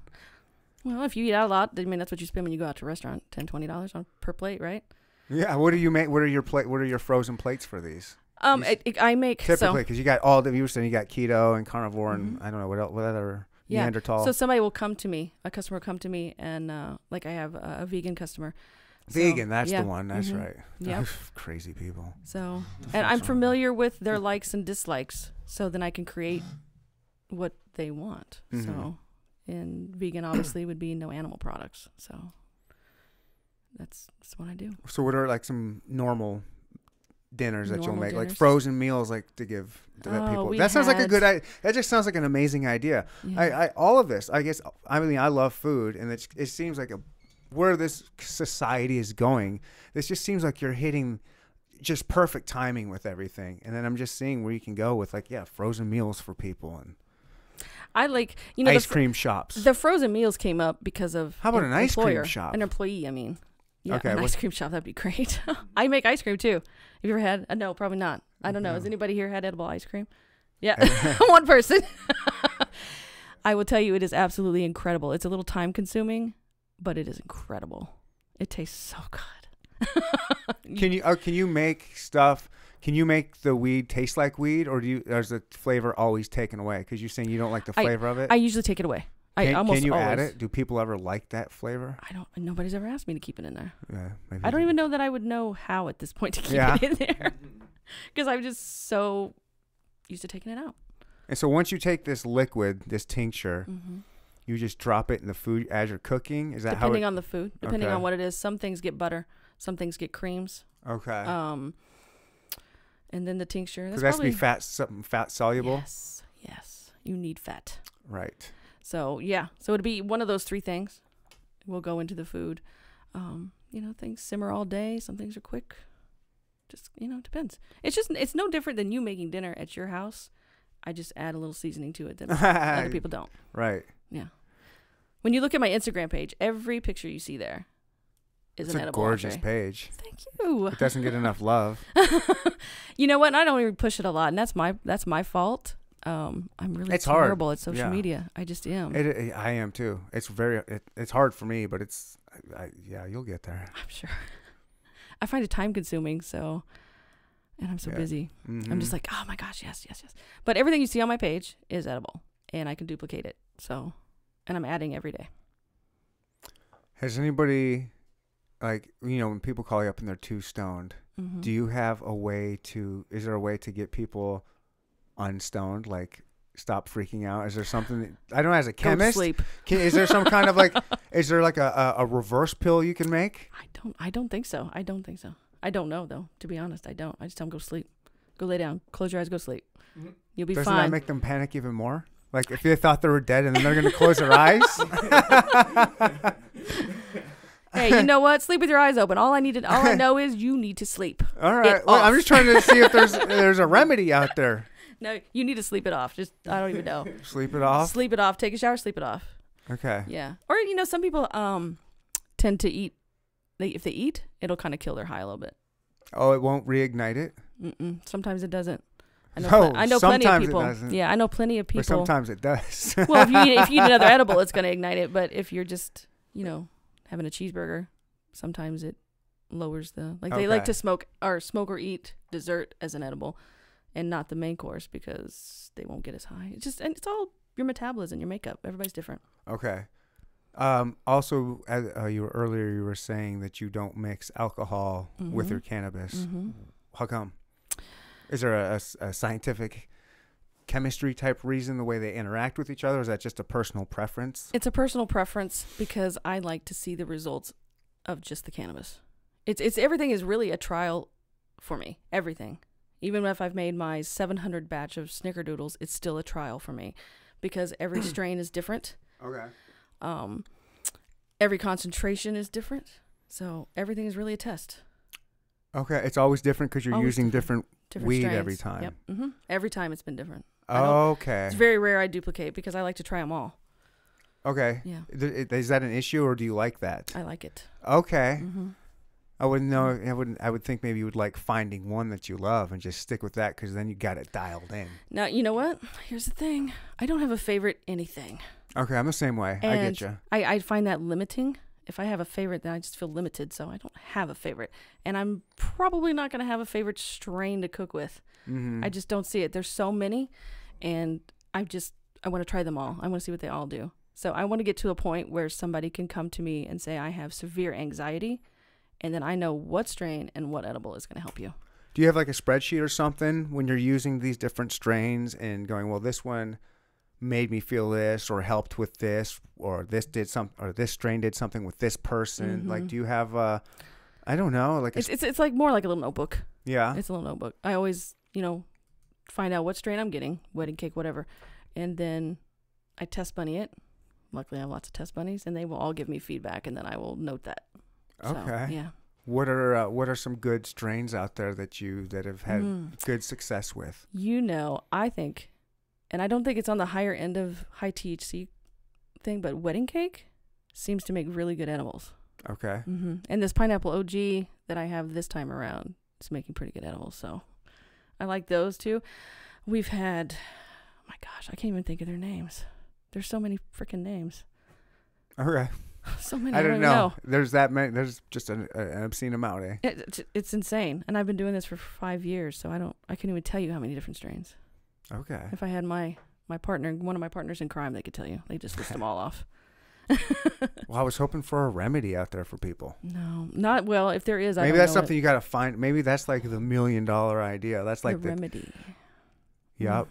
Speaker 3: Well, if you eat out a lot, I mean that's what you spend when you go out to a restaurant, ten, twenty dollars on per plate, right?
Speaker 1: Yeah, what do you make? What are your plate? What are your frozen plates for these?
Speaker 3: Um,
Speaker 1: You
Speaker 3: it, it- I make so Mm-hmm.
Speaker 1: Typically, because you got all the you were saying you got keto and carnivore and I don't know what else, what other
Speaker 3: Yeah.
Speaker 1: Neanderthal.
Speaker 3: so somebody will come to me, a customer will come to me, and uh, like I have a, a vegan customer, so-
Speaker 1: Vegan, that's
Speaker 3: yeah,
Speaker 1: the one. That's
Speaker 3: mhm,
Speaker 1: right.
Speaker 3: yep.
Speaker 1: Crazy people.
Speaker 3: So, and I'm familiar with their likes and dislikes, so then I can create what they want.
Speaker 1: Mhm.
Speaker 3: So, and vegan obviously would be no animal products. So that's that's what I do.
Speaker 1: So what are like some normal dinners that you'll
Speaker 3: Normal
Speaker 1: make, like
Speaker 3: dinners?
Speaker 1: frozen meals, like to give to that
Speaker 3: Oh,
Speaker 1: people?
Speaker 3: we
Speaker 1: That sounds like a
Speaker 3: had-
Speaker 1: good. I, that just sounds like an amazing idea.
Speaker 3: Yeah.
Speaker 1: I, I all of this. I guess I mean I love food, and it's, it seems like a where this society is going. This just seems like you're hitting just perfect timing with everything, and then I'm just seeing where you can go with like yeah, frozen meals for people and
Speaker 3: I like you know the
Speaker 1: ice
Speaker 3: fr-
Speaker 1: cream shops.
Speaker 3: The frozen meals came up because of
Speaker 1: How about an
Speaker 3: em-
Speaker 1: ice cream
Speaker 3: employer-
Speaker 1: shop?
Speaker 3: An employee, I mean. Yeah,
Speaker 1: Okay,
Speaker 3: an
Speaker 1: what-
Speaker 3: ice cream shop that'd be great. I make ice cream too. Have you ever had? Uh, no, probably not. I don't know. Has anybody here had edible ice cream? Yeah, one person. I will tell you, it is absolutely incredible. It's a little time consuming, but it is incredible. It tastes so good.
Speaker 1: Can you uh, can you make stuff? Can you make the weed taste like weed, or do you? Or is the flavor always taken away? Because you're saying you don't like the
Speaker 3: I-
Speaker 1: flavor of it.
Speaker 3: I usually take it away. I
Speaker 1: can,
Speaker 3: almost
Speaker 1: can you
Speaker 3: always.
Speaker 1: add it? Do people ever like that flavor?
Speaker 3: I don't. Nobody's ever asked me to keep it in there.
Speaker 1: Yeah, maybe
Speaker 3: I don't
Speaker 1: you-
Speaker 3: even know that I would know how at this point to keep
Speaker 1: Mm-hmm. Yeah.
Speaker 3: it in there because I'm just so used to taking it out.
Speaker 1: And so once you take this liquid, this tincture,
Speaker 3: Mm-hmm.
Speaker 1: you just drop it in the food as you're cooking. Is that
Speaker 3: Depending
Speaker 1: how?
Speaker 3: on the food, depending
Speaker 1: Okay.
Speaker 3: on what it is, some things get butter, some things get creams.
Speaker 1: It, okay.
Speaker 3: Um, and then the tincture.
Speaker 1: Because Uh. that's
Speaker 3: That's
Speaker 1: to
Speaker 3: probably
Speaker 1: be fat, something fat soluble,
Speaker 3: Yes, yes, you need fat.
Speaker 1: right?
Speaker 3: So yeah, so it'd be one of those three things. We'll go into the food. Um, you know, things simmer all day. Some things are quick. Just you know, it depends. It's just it's no different than you making dinner at your house. I just add a little seasoning to it that other people don't.
Speaker 1: right.
Speaker 3: Yeah. When you look at my Instagram page, every picture you see there is
Speaker 1: It's
Speaker 3: an
Speaker 1: a
Speaker 3: edible
Speaker 1: gorgeous
Speaker 3: entree.
Speaker 1: page.
Speaker 3: Thank you.
Speaker 1: It doesn't get enough love.
Speaker 3: you know what? And I don't even push it a lot, and that's my that's my fault. Um, I'm really
Speaker 1: It's hard.
Speaker 3: terrible at social
Speaker 1: Yeah.
Speaker 3: media. I just am.
Speaker 1: It, it, I am too. It's very. It, it's hard for me, but it's. I, I, yeah, you'll get there.
Speaker 3: I'm sure. I find it time consuming, so and I'm so
Speaker 1: Yeah.
Speaker 3: busy.
Speaker 1: Mhm.
Speaker 3: I'm just like, oh my gosh, yes, yes, yes. But everything you see on my page is edible, and I can duplicate it. So, and I'm adding every day.
Speaker 1: Has anybody, like you know, when people call you up and they're too stoned,
Speaker 3: Mhm.
Speaker 1: do you have a way to? Is there a way to get people unstoned, like? Stop freaking out. Is there something that, I don't know? As a
Speaker 3: Go to
Speaker 1: chemist,
Speaker 3: sleep.
Speaker 1: Can, is there some kind of like, is there like a, a, a reverse pill you can make?
Speaker 3: I don't. I don't think so. I don't think so. I don't know though. To be honest, I don't. I just tell them go sleep, go lay down, close your eyes, go sleep. You'll be
Speaker 1: Doesn't
Speaker 3: fine.
Speaker 1: that make them panic even more? Like if they thought they were dead and then they're gonna close their eyes.
Speaker 3: hey, you know what? Sleep with your eyes open. All I needed. All I know is you need to sleep.
Speaker 1: All right.
Speaker 3: It
Speaker 1: Well, I'm
Speaker 3: off.
Speaker 1: just trying to see if there's there's a remedy out there.
Speaker 3: No, you need to sleep it off. Just I don't even know.
Speaker 1: Sleep it off.
Speaker 3: Sleep it off. Take a shower. Sleep it off.
Speaker 1: Okay.
Speaker 3: Yeah. Or you know, some people um tend to eat. They if they eat, it'll kind of kill their high a little bit.
Speaker 1: Oh, it won't reignite it.
Speaker 3: Mm-mm. Sometimes it doesn't. I know.
Speaker 1: No,
Speaker 3: plen- I know plenty of
Speaker 1: sometimes it
Speaker 3: people.
Speaker 1: doesn't.
Speaker 3: Yeah, I know plenty of
Speaker 1: But
Speaker 3: people.
Speaker 1: sometimes it does.
Speaker 3: well, if you eat, if you eat another edible, it's going to ignite it. But if you're just you know having a cheeseburger, sometimes it lowers the like they like
Speaker 1: Okay.
Speaker 3: to smoke or smoke or eat dessert as an edible, and not the main course because they won't get as high. It's just and it's all your metabolism, your makeup. Everybody's different.
Speaker 1: okay. Um, also, as, uh, you were, earlier you were saying that you don't mix alcohol
Speaker 3: Mm-hmm.
Speaker 1: with your cannabis. How come? Is there a, a s- a scientific chemistry type reason the way they interact with each other? Or is that just a personal preference?
Speaker 3: It's a personal preference because I like to see the results of just the cannabis. It's it's everything is really a trial for me. Everything. Even if I've made my 700 batch of snickerdoodles, it's still a trial for me because every strain is different.
Speaker 1: Okay.
Speaker 3: Um every concentration is different. So everything is really a test.
Speaker 1: Okay, it's always different because you're
Speaker 3: Always
Speaker 1: using different.
Speaker 3: Different
Speaker 1: Weed
Speaker 3: strains.
Speaker 1: every time.
Speaker 3: Yep. hmm Every time it's been different. I don't-
Speaker 1: Okay.
Speaker 3: It's very rare I duplicate because I like to try them all.
Speaker 1: Okay.
Speaker 3: Yeah.
Speaker 1: Th- i- Is that an issue or do you like that?
Speaker 3: I Mm-hmm. like it.
Speaker 1: Okay.
Speaker 3: hmm
Speaker 1: I wouldn't know. I wouldn't. I would think maybe you would like finding one that you love and just stick with that because then you got it dialed in.
Speaker 3: Now, you know what? Here's the thing. I don't have a favorite anything.
Speaker 1: Okay, I'm the same way. I
Speaker 3: And
Speaker 1: get you.
Speaker 3: I, I find that limiting. If I have a favorite, then I just feel limited, so I don't have a favorite. And I'm probably not going to have a favorite strain to cook with.
Speaker 1: Mm-hmm.
Speaker 3: I just don't see it. There's so many, and I just I want to try them all. I want to see what they all do. So I want to get to a point where somebody can come to me and say I have severe anxiety, and then I know what strain and what edible is going to help you.
Speaker 1: Do you have like a spreadsheet or something when you're using these different strains and going, well, this one made me feel this or helped with this or this did some or this strain did something with this person? Like, do you have a, I don't know, like, a,
Speaker 3: It's,
Speaker 1: s-
Speaker 3: it's it's like more like a little notebook.
Speaker 1: yeah.
Speaker 3: It's a little notebook. I always, you know, find out what strain I'm getting, wedding cake, whatever, and then I test bunny it. Luckily, I have lots of test bunnies, and they will all give me feedback, and then I will note that. So,
Speaker 1: Okay.
Speaker 3: yeah.
Speaker 1: What are uh, what are some good strains out there that you that have had good success with?
Speaker 3: You know, I think, and I don't think it's on the higher end of high THC thing, but wedding cake seems to make really good edibles.
Speaker 1: Okay.
Speaker 3: hmm And this pineapple OG that I have this time around is making pretty good edibles. So I like those too. We've had, oh my gosh, I can't even think of their names. There's so many freaking names.
Speaker 1: Okay.
Speaker 3: So many.
Speaker 1: I
Speaker 3: I
Speaker 1: don't
Speaker 3: even
Speaker 1: know. There's that many. There's just an, uh, an obscene amount, eh?
Speaker 3: It, it's- it's insane. And I've been doing this for five years. So I don't, I couldn't even tell you how many different strains.
Speaker 1: Okay.
Speaker 3: If I had my, my partner, one of my partners in crime, they could tell you. They just list them all off.
Speaker 1: Well, I was hoping for a remedy out there for people.
Speaker 3: No, not well. If there is, I
Speaker 1: Maybe
Speaker 3: don't
Speaker 1: that's
Speaker 3: know
Speaker 1: something
Speaker 3: it.
Speaker 1: you got to find. Maybe that's like the million dollar idea. That's like
Speaker 3: the
Speaker 1: the,
Speaker 3: remedy.
Speaker 1: yep.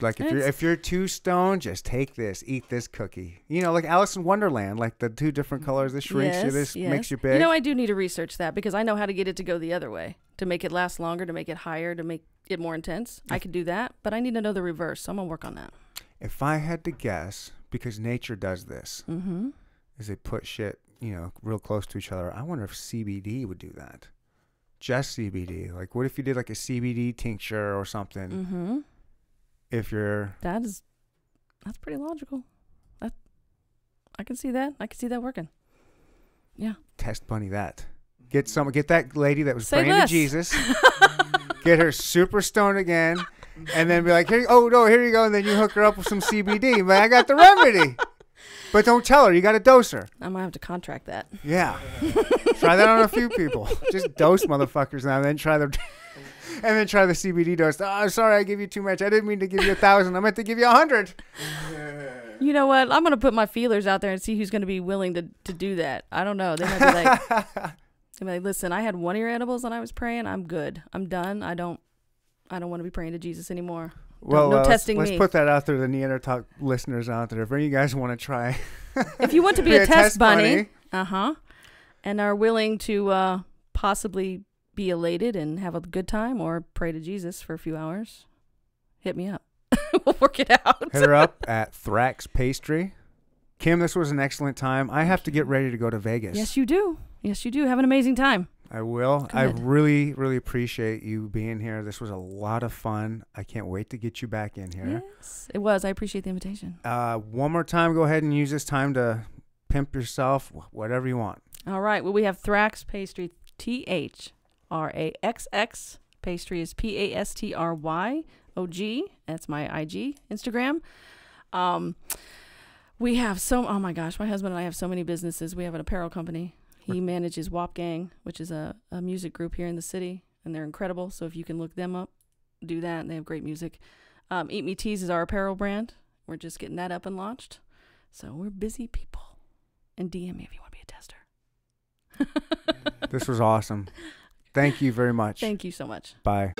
Speaker 1: Like if
Speaker 3: And
Speaker 1: you're
Speaker 3: it's-
Speaker 1: if you're too stoned, just take this, eat this cookie. You know, like Alice in Wonderland, like the two different colors. This shrinks you. This makes
Speaker 3: Mm, yes.
Speaker 1: you big.
Speaker 3: You know, I do need to research that because I know how to get it to go the other way to make it last longer, to make it higher, to make it more intense. I could do that, but I need to know the reverse. So I'm gonna work on that.
Speaker 1: if I had to guess, because nature does this,
Speaker 3: Mm-hmm.
Speaker 1: is they put shit, you know, real close to each other. I wonder if CBD would do that. Just CBD. Like, what if you did like a CBD tincture or something?
Speaker 3: Mm-hmm.
Speaker 1: If you're,
Speaker 3: That is, that's pretty logical. That, I can see that. I can see that working. Yeah.
Speaker 1: test bunny that. Get some. Get that lady that was
Speaker 3: Say
Speaker 1: praying
Speaker 3: less.
Speaker 1: to Jesus. get her super stoned again, and then be like, "Here, oh no, here you go." And then you hook her up with some CBD. Man, I got the remedy. But don't tell her. You got to dose her.
Speaker 3: I'm gonna have to contract that.
Speaker 1: Yeah. try that on a few people. Just dose motherfuckers now, and then try the, and then try the CBD dose. Oh, sorry, I give you too much. I didn't mean to give you a thousand. I meant to give you a hundred.
Speaker 3: You know what? I'm gonna put my feelers out there and see who's gonna be willing to to do that. I don't know. They might be like, they might be like, listen, I had one of your edibles and I was praying. I'm good. I'm done. I don't, I don't want to be praying to Jesus anymore. Don't-
Speaker 1: Well,
Speaker 3: no
Speaker 1: uh, let's-
Speaker 3: testing
Speaker 1: let's,
Speaker 3: me.
Speaker 1: put that out there, the Neander Talk listeners out there. If any of you guys want to try,
Speaker 3: if you want to be,
Speaker 1: be
Speaker 3: a,
Speaker 1: a
Speaker 3: test,
Speaker 1: test
Speaker 3: bunny,
Speaker 1: bunny.
Speaker 3: uh-huh and are willing to uh possibly be elated and have a good time or pray to jesus for a few hours hit me up we'll work it out
Speaker 1: hit her up at Thrax Pastry. Kim, this was an excellent time. I have to get ready to go to Vegas.
Speaker 3: yes you do yes you do have an amazing time
Speaker 1: I will. I
Speaker 3: Good.
Speaker 1: really, really appreciate you being here. This was a lot of fun. I can't wait to get you back in here.
Speaker 3: yes it was i appreciate the invitation
Speaker 1: Uh, one more time, go ahead and use this time to pimp yourself, wh- whatever you want.
Speaker 3: all right well we have thrax pastry t-h-r-a-x-x pastry is p-a-s-t-r-y o-g that's my ig instagram um We have so oh my gosh, my husband and I have so many businesses. We have an apparel company. He manages Wop Gang, which is a, a music group here in the city, and they're incredible. So if you can look them up, do that. And they have great music. Um, Eat Me Tees is our apparel brand. We're just getting that up and launched. So we're busy people. and DM me if you want to be a tester.
Speaker 1: This was awesome. Thank you very much.
Speaker 3: Thank you so much.
Speaker 1: Bye.